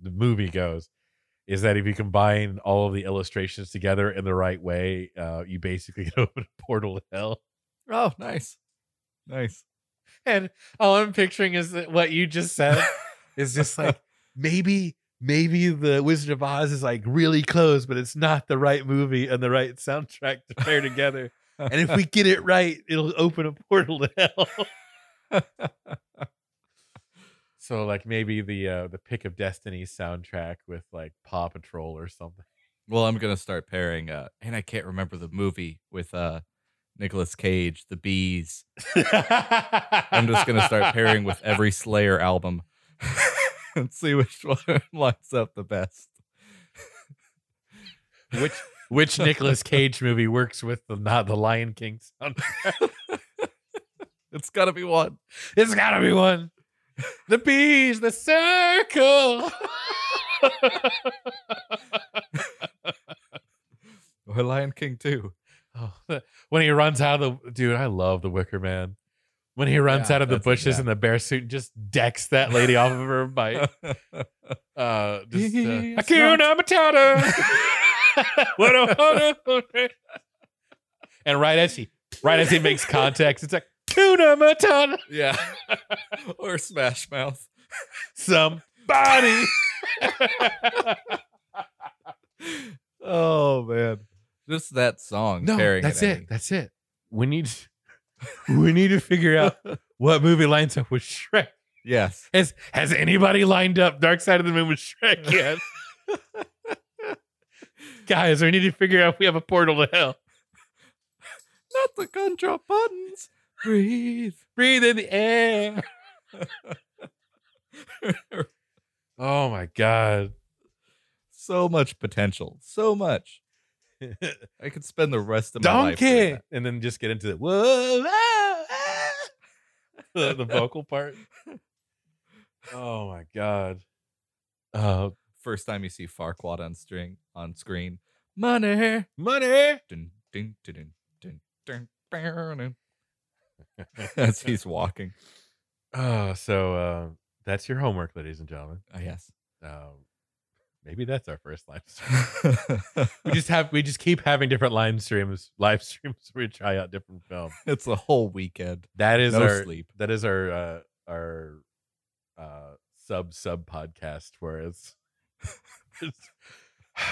the movie goes is that if you combine all of the illustrations together in the right way, uh, you basically can open a portal to hell.
Oh, nice, nice.
And all I'm picturing is that what you just said is just like maybe maybe the Wizard of Oz is like really close, but it's not the right movie and the right soundtrack to pair together. And if we get it right, it'll open a portal to hell. So like maybe the uh the pick of destiny soundtrack with like Paw Patrol or something.
Well, I'm gonna start pairing, uh, and I can't remember the movie with uh, Nicolas Cage, the bees. I'm just gonna start pairing with every Slayer album and see which one lines up the best.
which which Nicolas Cage movie works with the not the Lion King soundtrack.
It's gotta be one.
It's gotta be one. The bees, the circle.
Or Lion King too.
Oh, the- when he runs out of the dude, I love the Wicker Man. When he runs
Yeah,
out of the
that's-
bushes
yeah.
in the bear suit and just decks that lady off of her bike. Uh, just, uh,
Yes,
Hakuna Matata. what a honor. And right as he, right as he makes contact, it's like Hakuna Matata.
yeah. or Smash Mouth.
Somebody.
Oh man. Just that song.
no,
pairing
that's
at
it. That's it. We need, we need to figure out
any-
what movie lines up with Shrek.
yes.
Has Has anybody lined up Dark Side of the Moon with Shrek yet?
guys, we need to figure out if we have a portal to hell.
Not the control buttons. Breathe.
Breathe in the air.
Oh my god.
So much potential. So much. I could spend the rest of my life. doing
Donkey.
that.
And then just get into the whoa, ah, ah. the, the vocal part. Oh my god. Uh
First time you see Farquaad on string on screen. Money.
money.
Dun, dun, dun, dun, dun, dun, dun, dun. As he's walking.
Uh, so uh, that's your homework, ladies and gentlemen.
Oh, yes.
Um, maybe that's our first live stream. We just have we just keep having different live streams, live streams where we try out different films.
it's a whole weekend.
That is
No
our
sleep.
that is our uh, our uh, sub sub podcast where it's, it's-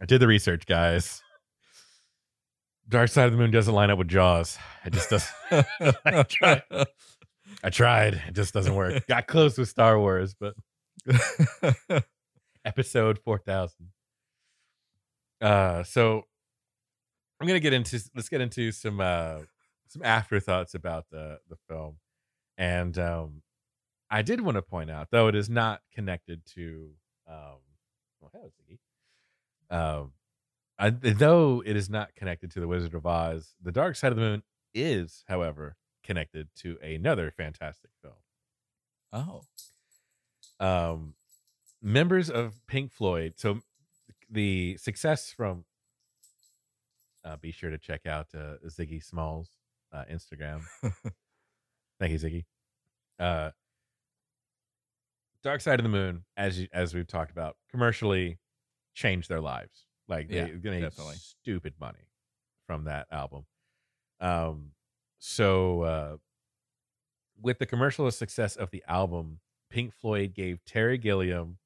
I did the research, guys. Dark Side of the Moon doesn't line up with Jaws. It just doesn't. I tried. I tried. It just doesn't work. Got close with Star Wars, but episode 4000 uh so i'm gonna get into let's get into some uh some afterthoughts about the the film and um i did want to point out though it is not connected to um well, hello, Ziggy. um I, though it is not connected to the wizard of oz the dark side of the moon is however connected to another fantastic film
oh.
um, members of Pink Floyd. So the success from uh, be sure to check out uh, Ziggy Small's uh, Instagram. Thank you, Ziggy. Uh, Dark Side of the Moon, as you, as we've talked about, commercially changed their lives. Like
Yeah,
they're gonna make
definitely.
stupid money from that album. Um, so uh, with the commercial success of the album, Pink Floyd gave Terry Gilliam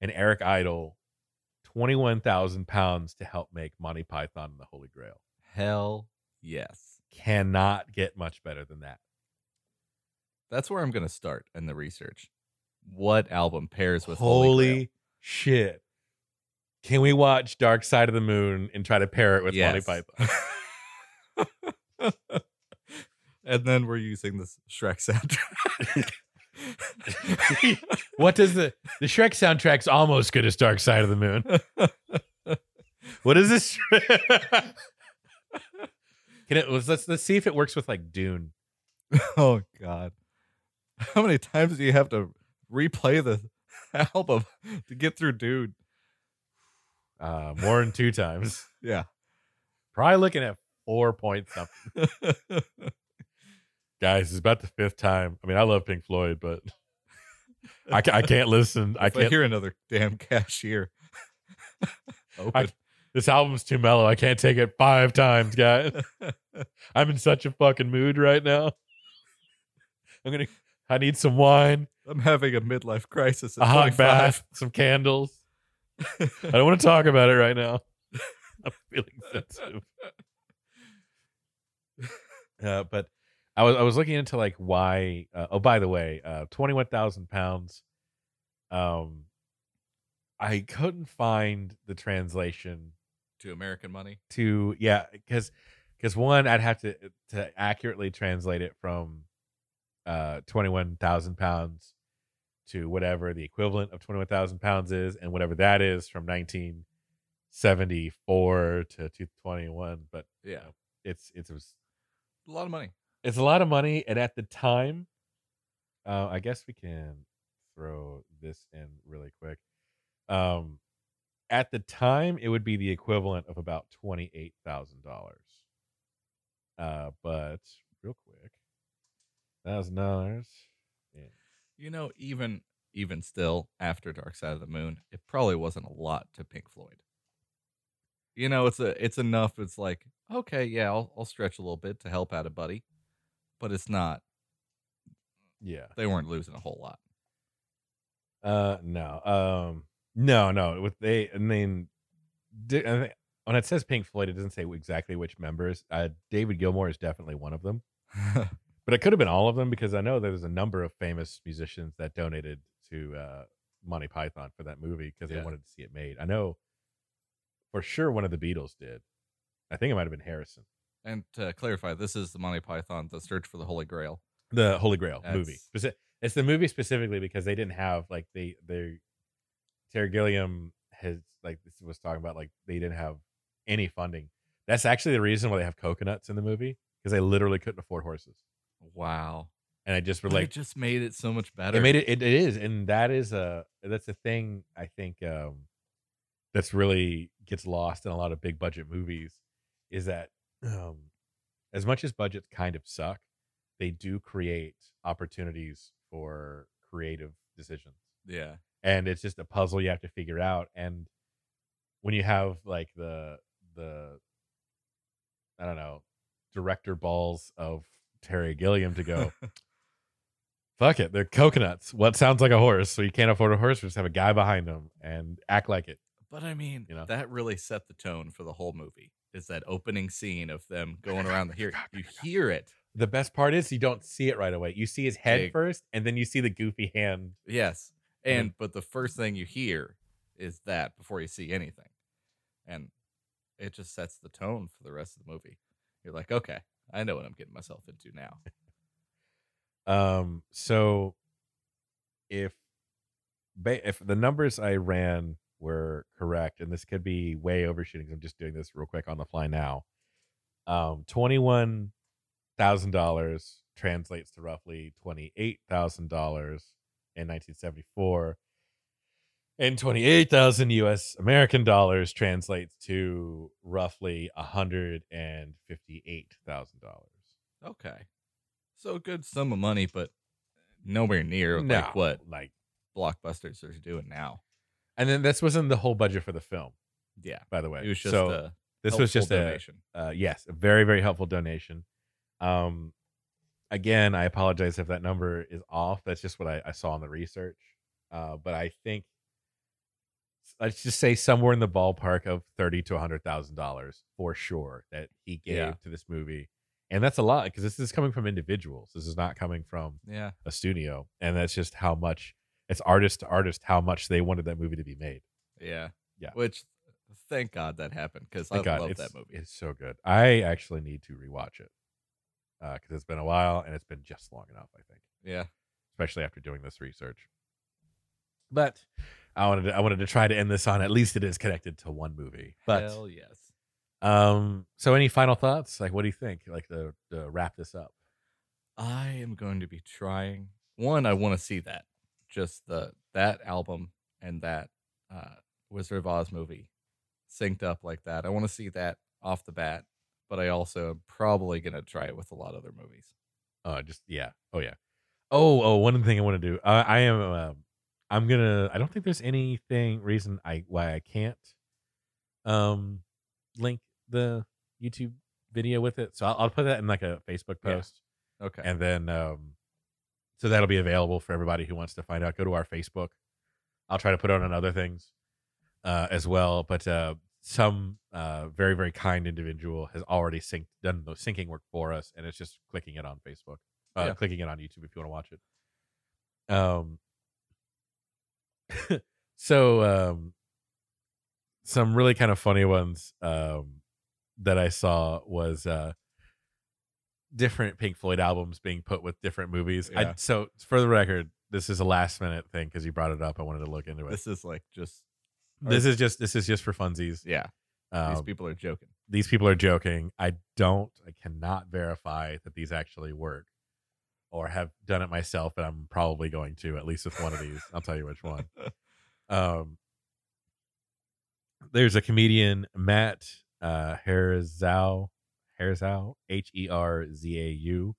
and Eric Idle twenty one thousand pounds to help make Monty Python and the Holy Grail.
Hell yes.
Cannot get much better than that.
That's where I'm going to start in the research. What album pairs with
Holy,
Holy,
shit. Can we watch Dark Side of the Moon and try to pair it with
Yes.
Monty Python?
Grail? and then we're using this Shrek soundtrack.
What does the the Shrek soundtrack's almost good as Dark Side of the Moon? What is this? Shrek- Can it let's let's let's see if it works with like Dune.
oh God! How many times do you have to replay the album to get through, dude?
Uh more than two times.
Yeah.
Probably looking at four points something. Guys, it's about the fifth time. I mean, I love Pink Floyd, but I, ca- I can't listen. I
If I
can't.
hear another damn cashier. Open.
This album's too mellow. I can't take it five times, guys. I'm in such a fucking mood right now. I'm gonna. I need some wine,
I'm having a midlife crisis. At
a hot
25.
bath, some candles. I don't want to talk about it right now. I'm feeling sensitive. Uh, but I was I was looking into like why. Uh, oh, by the way, uh, twenty one thousand pounds. Um, I couldn't find the translation
to American money.
to yeah because because one i'd have to to accurately translate it from uh 21000 pounds to whatever the equivalent of 21000 pounds is and whatever that is from 1974 to 221 but
Yeah,
it's it's it was
a lot of money.
it's a lot of money and at the time uh, i guess we can throw this in really quick um at the time it would be the equivalent of about $28000 uh but real quick thousand dollars
You know, even even still, after Dark Side of the Moon, it probably wasn't a lot to Pink Floyd. You know, it's a it's enough. It's like okay, yeah, I'll I'll stretch a little bit to help out a buddy, but it's not.
yeah
They weren't losing a whole lot.
Uh, no. Um, no, no. With they, I mean, di- I think- when it says Pink Floyd, it doesn't say exactly which members. Uh, David Gilmour is definitely one of them, but it could have been all of them because I know there's a number of famous musicians that donated to uh, Monty Python for that movie because
Yeah.
they wanted to see it made. I know for sure one of the Beatles did. I think it might have been Harrison.
And to clarify, this is the Monty Python, the Search for the Holy Grail.
The Holy Grail movie.
That's-
Speci- It's the movie specifically because they didn't have like they they Terry Gilliam has like this was talking about like they didn't have any funding. That's actually the reason why they have coconuts in the movie because they literally couldn't afford horses,
Wow.
and I just were
But
like,
it just made it so much better.
It made it, it. It is, and that is a that's a thing I think um, that's really gets lost in a lot of big budget movies is that um, as much as budgets kind of suck, they do create opportunities for creative decisions,
Yeah.
and it's just a puzzle you have to figure out. And when you have like the the I don't know director balls of Terry Gilliam to go fuck it. They're coconuts. What sounds like a horse? So you can't afford a horse. We just have a guy behind them and act like it.
But I mean,
You know?
that really set the tone for the whole movie. Is that opening scene of them going around the here? You hear it.
The best part is you don't see it right away. You see his head
Big.
first, and then you see the goofy hand.
Yes.
Mhm.
And but the first thing you hear is that before you see anything. And it just sets the tone for the rest of the movie. You're like, okay, I know what I'm getting myself into now.
Um, so if ba- if the numbers I ran were correct, and this could be way overshooting, 'cause I'm just doing this real quick on the fly now. Um, twenty one thousand dollars translates to roughly twenty eight thousand dollars in nineteen seventy four. And twenty eight thousand U.S. American dollars translates to roughly one hundred and fifty eight thousand dollars.
Okay. So a good sum of money, but nowhere near like what
Like
blockbusters are doing now.
And then this wasn't the whole budget for the film,
Yeah.
by the way.
It was just
so
a
this was
helpful
just
donation.
a uh, yes, a very very helpful donation. Um, again, I apologize if that number is off. That's just what I, I saw in the research. Uh, but I think let's just say somewhere in the ballpark of thirty to hundred thousand dollars for sure that he gave
Yeah.
to this movie, and that's a lot because this is coming from individuals. This is not coming from
yeah.
a studio, and that's just how much it's artist to artist how much they wanted that movie to be made.
Yeah.
Yeah.
Which thank God that happened because I
Thank God.
love
it's,
that movie.
It's so good. I actually need to rewatch it because it's been a while and it's been just long enough. I think,
Yeah.
especially after doing this research. But I wanted to, I wanted to try to end this on at least it is connected to one movie. But
Hell yes.
um, so any final thoughts? Like, what do you think? Like to, to wrap this up.
I am going to be trying. One, I want to see that. Just the that album and that uh, Wizard of Oz movie synced up like that. I want to see that off the bat, but I also am probably gonna try it with a lot of other movies.
Uh, just yeah. Oh yeah. Oh oh. One thing I want to do. I, I am. um I'm gonna. I don't think there's anything reason I why I can't, um, link the YouTube video with it. So I'll, I'll put that in like a Facebook
Yeah.
post,
Okay.
and then um, so that'll be available for everybody who wants to find out. Go to our Facebook. I'll try to put it on other things, uh, as well. But uh, some uh very very kind individual has already synced done the syncing work for us, and it's just clicking it on Facebook uh,
Yeah.
clicking it on YouTube if you want to watch it. Um, so um, some really kind of funny ones um, that I saw was uh, different Pink Floyd albums being put with different movies. I,
Yeah.
so for the record, this is a last minute thing because you brought it up. I wanted to look into it. This,
this is like just
is just this is just for funsies.
yeah.
Um,
These people are joking.
these people are joking. I don't, I cannot verify that these actually work or have done it myself, but I'm probably going to, at least with one of these. I'll tell you which one. Um, there's a comedian, Matt uh, Herzau, Herzau, H E R Z A U,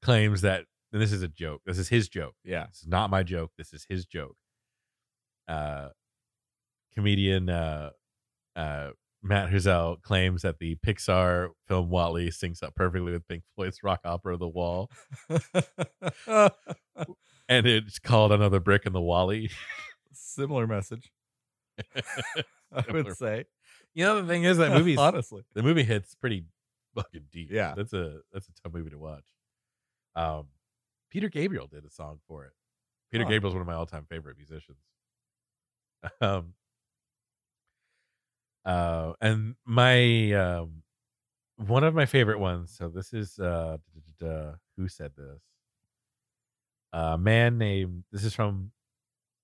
claims that, and this is a joke, this is his joke.
Yeah.
This is not my joke. This is his joke. Uh, comedian uh, uh, Matt Huzel claims that the Pixar film Wally syncs up perfectly with Pink Floyd's rock opera The Wall, and it's called Another Brick in the Wally.
Similar message. I
Similar.
would say.
You know, the thing is that movie's
honestly.
the movie hits pretty fucking deep.
Yeah.
that's a that's a tough movie to watch. Um, Peter Gabriel did a song for it. Peter
Huh.
Gabriel's one of my all time favorite musicians. Um, Uh, and my um, one of my favorite ones. So this is uh, duh, duh, duh, duh, who said this? A man named. This is from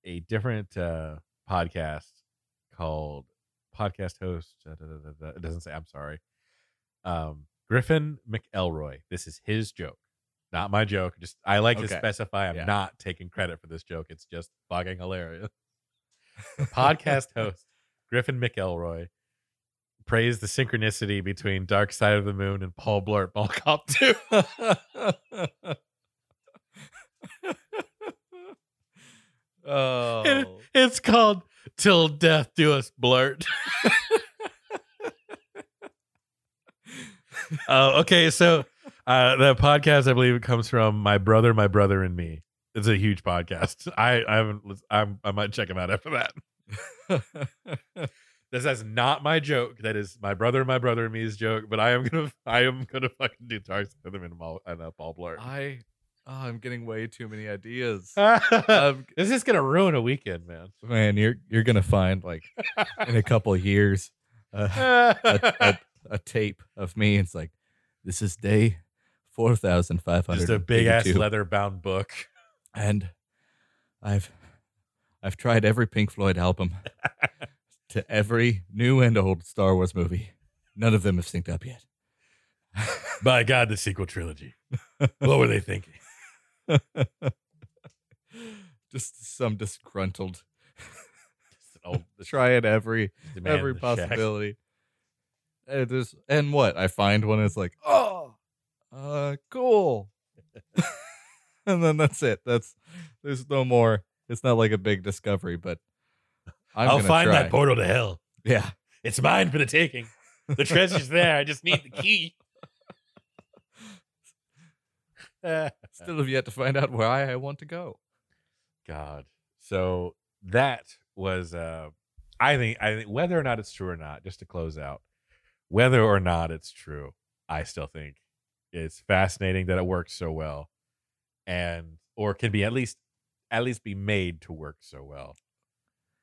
a different uh, podcast called podcast host. uh, duh, duh, duh, duh, duh. It doesn't say. I'm sorry. Um, Griffin McElroy. This is his joke, not my joke. Just I like to
Okay.
specify. I'm
Yeah.
not taking credit for this joke. It's just fucking hilarious podcast host Griffin McElroy praised the synchronicity between Dark Side of the Moon and Paul Blart Mall Cop 2.
oh,
It's called Till Death Do Us Blurt. uh, okay, so uh, the podcast I believe it comes from my brother, my brother, and me. It's a huge podcast. I I haven't. lis- I'm, I might check him out after that. This is not my joke. That is my brother, my brother, and me's joke. But I am gonna, I am gonna fucking do Dark Side of the Moon and Paul- and uh, Paul Blart.
I, oh, I'm getting way too many ideas.
Ah.
Um,
this is gonna ruin a weekend, man.
man, you're you're gonna find like in a couple of years uh, a, a, a tape of me. It's like this is day four thousand five hundred.
Just a big ass leather bound book.
and I've I've tried every Pink Floyd album to every new and old Star Wars movie. None of them have synced up yet.
By God, the sequel trilogy. what were they thinking?
Just some disgruntled
Just an old- just
trying every
the man
every
in the shack.
possibility. And there's and what I find one is like, oh, uh, cool, and then that's it. That's there's no more. It's not like a big discovery, but I'm
I'll
gonna
find
try.
that portal to hell.
Yeah,
It's mine for the taking. The treasure's there. I just need the key. Uh,
Still have yet to find out where I, I want to go.
God. So that was uh I think I think whether or not it's true or not, just to close out, whether or not it's true, I still think it's fascinating that it works so well and or can be at least at least be made to work so well.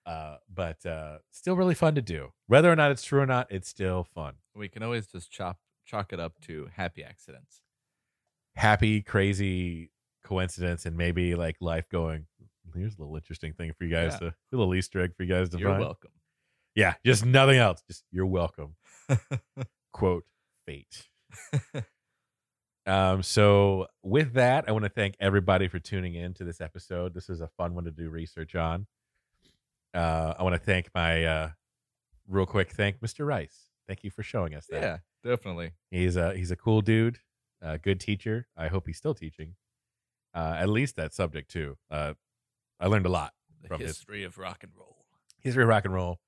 Uh but uh still really fun to do. Whether or not it's true or not, it's still fun.
We can always just chop chalk it up to happy accidents.
Happy, crazy coincidence and maybe like life going. Here's a little interesting thing for you guys to a little Easter egg for you guys to
You're
find.
welcome.
Yeah, just nothing else. Just you're welcome. Quote fate. um, so with that, I want to thank everybody for tuning in to this episode. This is a fun one to do research on. Uh, I want to thank my uh, real quick thank Mr. Rice. Thank you for showing us that.
Yeah, definitely.
He's a he's a cool dude, a good teacher. I hope he's still teaching. Uh, at least that subject too. Uh, I learned a lot.
The
From his-
history of rock and roll.
History of rock and roll.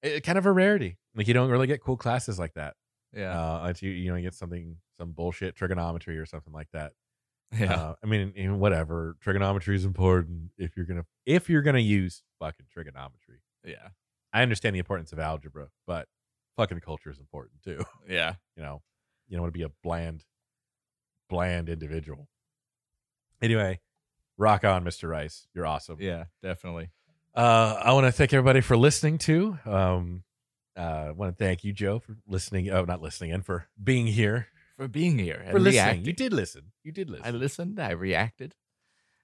It, kind of a rarity. Like you don't really get cool classes like that.
Yeah.
uh, until you, you know you get something some bullshit trigonometry or something like that.
yeah.
Uh, I mean, and whatever trigonometry is important if you're gonna if you're gonna use fucking trigonometry.
yeah.
I understand the importance of algebra, but fucking culture is important too.
Yeah.
You know, you don't want to be a bland, bland individual. Anyway, rock on, Mr. Rice. You're awesome.
Yeah, definitely.
Uh, I want to thank everybody for listening to. Um, uh, want to thank you, Joe, for listening. Oh, not listening, and for being here
For being here and
for listening.
reacting.
You did listen. You did listen.
I listened, I reacted,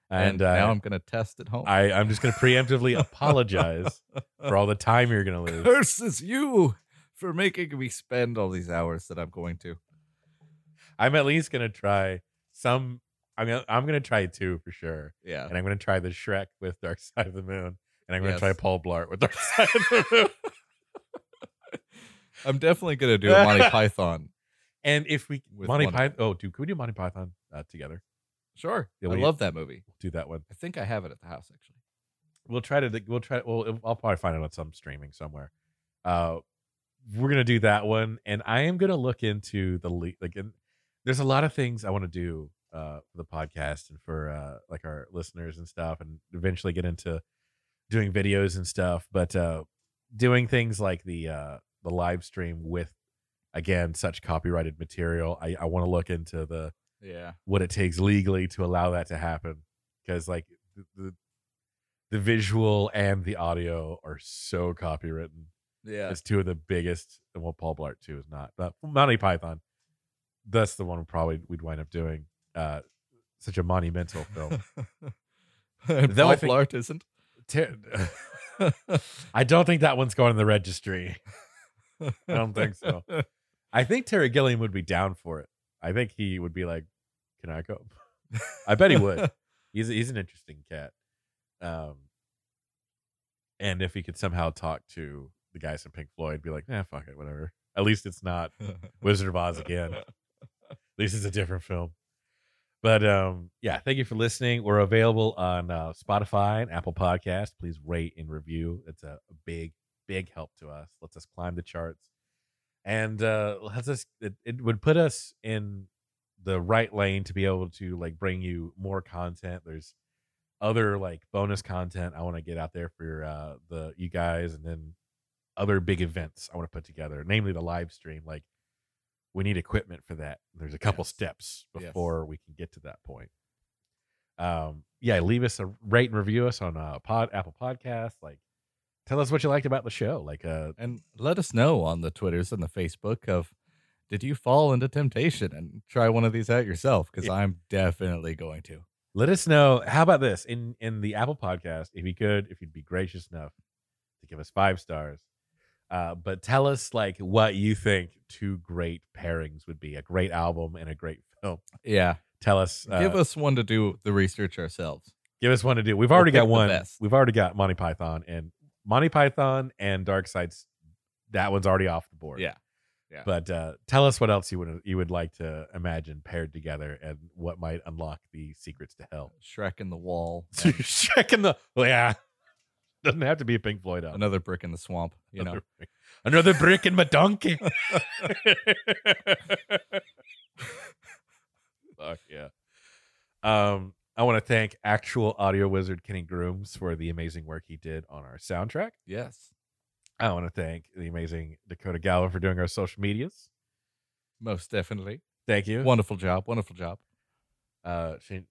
and
now
uh,
I'm going to test at home.
I, I'm just going to preemptively apologize for all the time you're going to lose.
Curses you for making me spend all these hours that I'm going to.
I'm at least going to try some. I'm gonna, I'm going to try two for sure,
Yeah.
and I'm going to try the Shrek with Dark Side of the Moon, and I'm going to try
Yes.
Paul Blart with Dark Side of the Moon.
I'm definitely going to do a Monty Python.
And if we
With
Monty
one-
Python, oh, dude, can we do Monty Python uh, together?
Sure.
Yeah,
I
we-
love that movie.
We'll do that one.
I think I have it at the house, actually.
We'll try to. We'll try. Well, I'll probably find it on some streaming somewhere. Uh, we're gonna do that one, and I am gonna look into the le- like. And there's a lot of things I want to do uh for the podcast and for uh like our listeners and stuff, and eventually get into doing videos and stuff. But uh, doing things like the uh the live stream with again such copyrighted material, I I want to look into the
Yeah.
what it takes legally to allow that to happen because like the, the the visual and the audio are so copywritten
Yeah.
is two of the biggest. Well, Paul Blart too is not, but Monty Python. That's the one probably we'd wind up doing. Uh, such a monumental film.
and
Though
Paul
I think-
Blart isn't.
Ter- I don't think that one's going in the registry. I don't think so. I think Terry Gilliam would be down for it. I think he would be like, "Can I go?" I bet he would. He's he's an interesting cat. Um, and if he could somehow talk to the guys from Pink Floyd, be like, "Yeah, fuck it, whatever." At least it's not Wizard of Oz again. At least it's a different film. But um, yeah, thank you for listening. We're available on uh, Spotify and Apple Podcast. Please rate and review. It's a big, big help to us. Lets us climb the charts, and uh, lets us. It, it would put us in the right lane to be able to like bring you more content. There's other like bonus content I want to get out there for uh, the you guys, and then other big events I want to put together, namely the live stream. Like we need equipment for that. There's a couple
Yes.
steps
Yes.
before we can get to that point. Um, yeah, leave us a rate and review us on uh, Pod Apple Podcasts. Like, tell us what you liked about the show. Like, uh,
And let us know on the Twitters and the Facebook of did you fall into temptation and try one of these out yourself? Because
Yeah.
I'm definitely going to.
let us know. How about this in in the Apple Podcast? If you could, if you'd be gracious enough to give us five stars. Uh, but tell us like what you think two great pairings would be a great album and a great film.
Yeah.
Tell us, uh,
Give us one to do the research ourselves.
Give us one to do. We've already
We'll
got
pick the
one.
best.
We've already got Monty Python and Monty Python and Dark Sides. That one's already off the board.
Yeah. Yeah.
But uh, tell us what else you would you would like to imagine paired together, and what might unlock the secrets to hell.
Shrek and the Wall. and
Checking the well, yeah, doesn't have to be a Pink Floyd album.
another brick in the swamp, you know.
Another brick- another brick in my donkey. Fuck yeah. Um, I want to thank actual audio wizard Kenny Grooms for the amazing work he did on our soundtrack.
Yes.
I want to thank the amazing Dakota Gallo for doing our social medias.
Most definitely.
Thank you.
Wonderful job. Wonderful job.
Uh, she,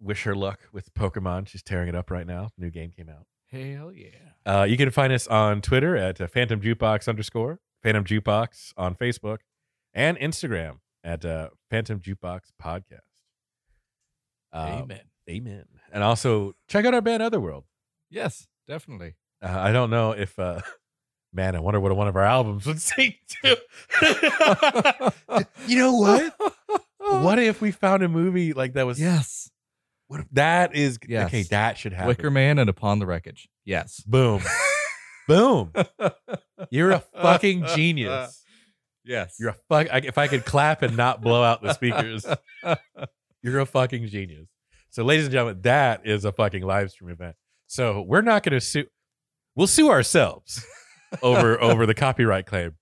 wish her luck with Pokemon. She's tearing it up right now. New game came out.
Hell yeah.
Uh, you can find us on Twitter at uh, Phantom Jukebox underscore Phantom Jukebox on Facebook and Instagram at uh, Phantom Jukebox Podcast. Uh,
Amen.
Amen. And also check out our band Otherworld.
Yes, definitely.
Uh, I don't know if uh, man, I wonder what one of our albums would say too. you know what?
Oh.
what if we found a movie like that was
Yes.
what if- that is
Yes.
okay? That should happen.
Wicker Man and Upon the Wreckage. Yes.
Boom, boom. You're a fucking genius.
Yes.
You're a fuck. I, if I could clap and not blow out the speakers, you're a fucking genius. So, ladies and gentlemen, that is a fucking live stream event. So we're not going to sue. We'll sue ourselves over over the copyright claim,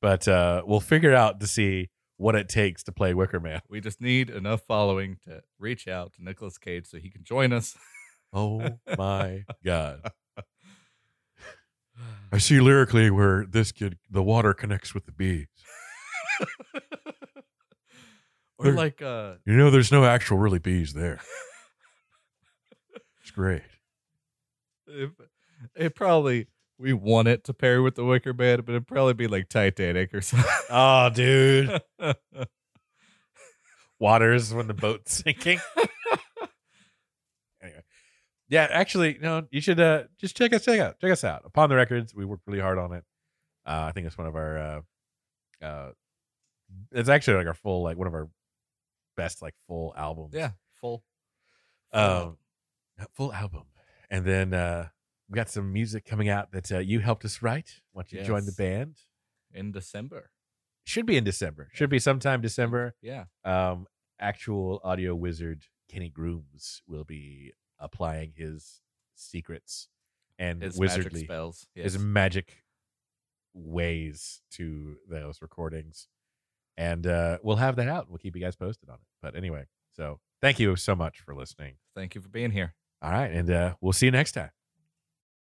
but uh, we'll figure out to see what it takes to play Wicker Man.
we just need enough following to reach out to Nicolas Cage so he can join us.
Oh my god! I see lyrically where this kid, the water connects with the bees.
Or like uh
You know, there's no actual really bees there. It's great.
it, it probably we want it to pair with the Wicker Man, but it'd probably be like Titanic or something.
Oh, dude. Waters when the boat's sinking. anyway. Yeah, actually, no, you should uh, just check us check out. Check us out. Upon the records, we worked really hard on it. Uh, I think it's one of our uh, uh it's actually like our full like one of our best like full albums.
yeah, full.
um, full album. And then uh, we got some music coming out that uh, you helped us write. Once you join the
Yes.
band,
in December.
should be in December. Should be sometime December.
Yeah.
Um, actual audio wizard Kenny Grooms will be applying his secrets and
His magic
wizardly
spells.
his
yes.
magic ways to those recordings. And uh, we'll have that out. We'll keep you guys posted on it. But anyway, so thank you so much for listening.
Thank you for being here.
All right, and uh, we'll see you next time.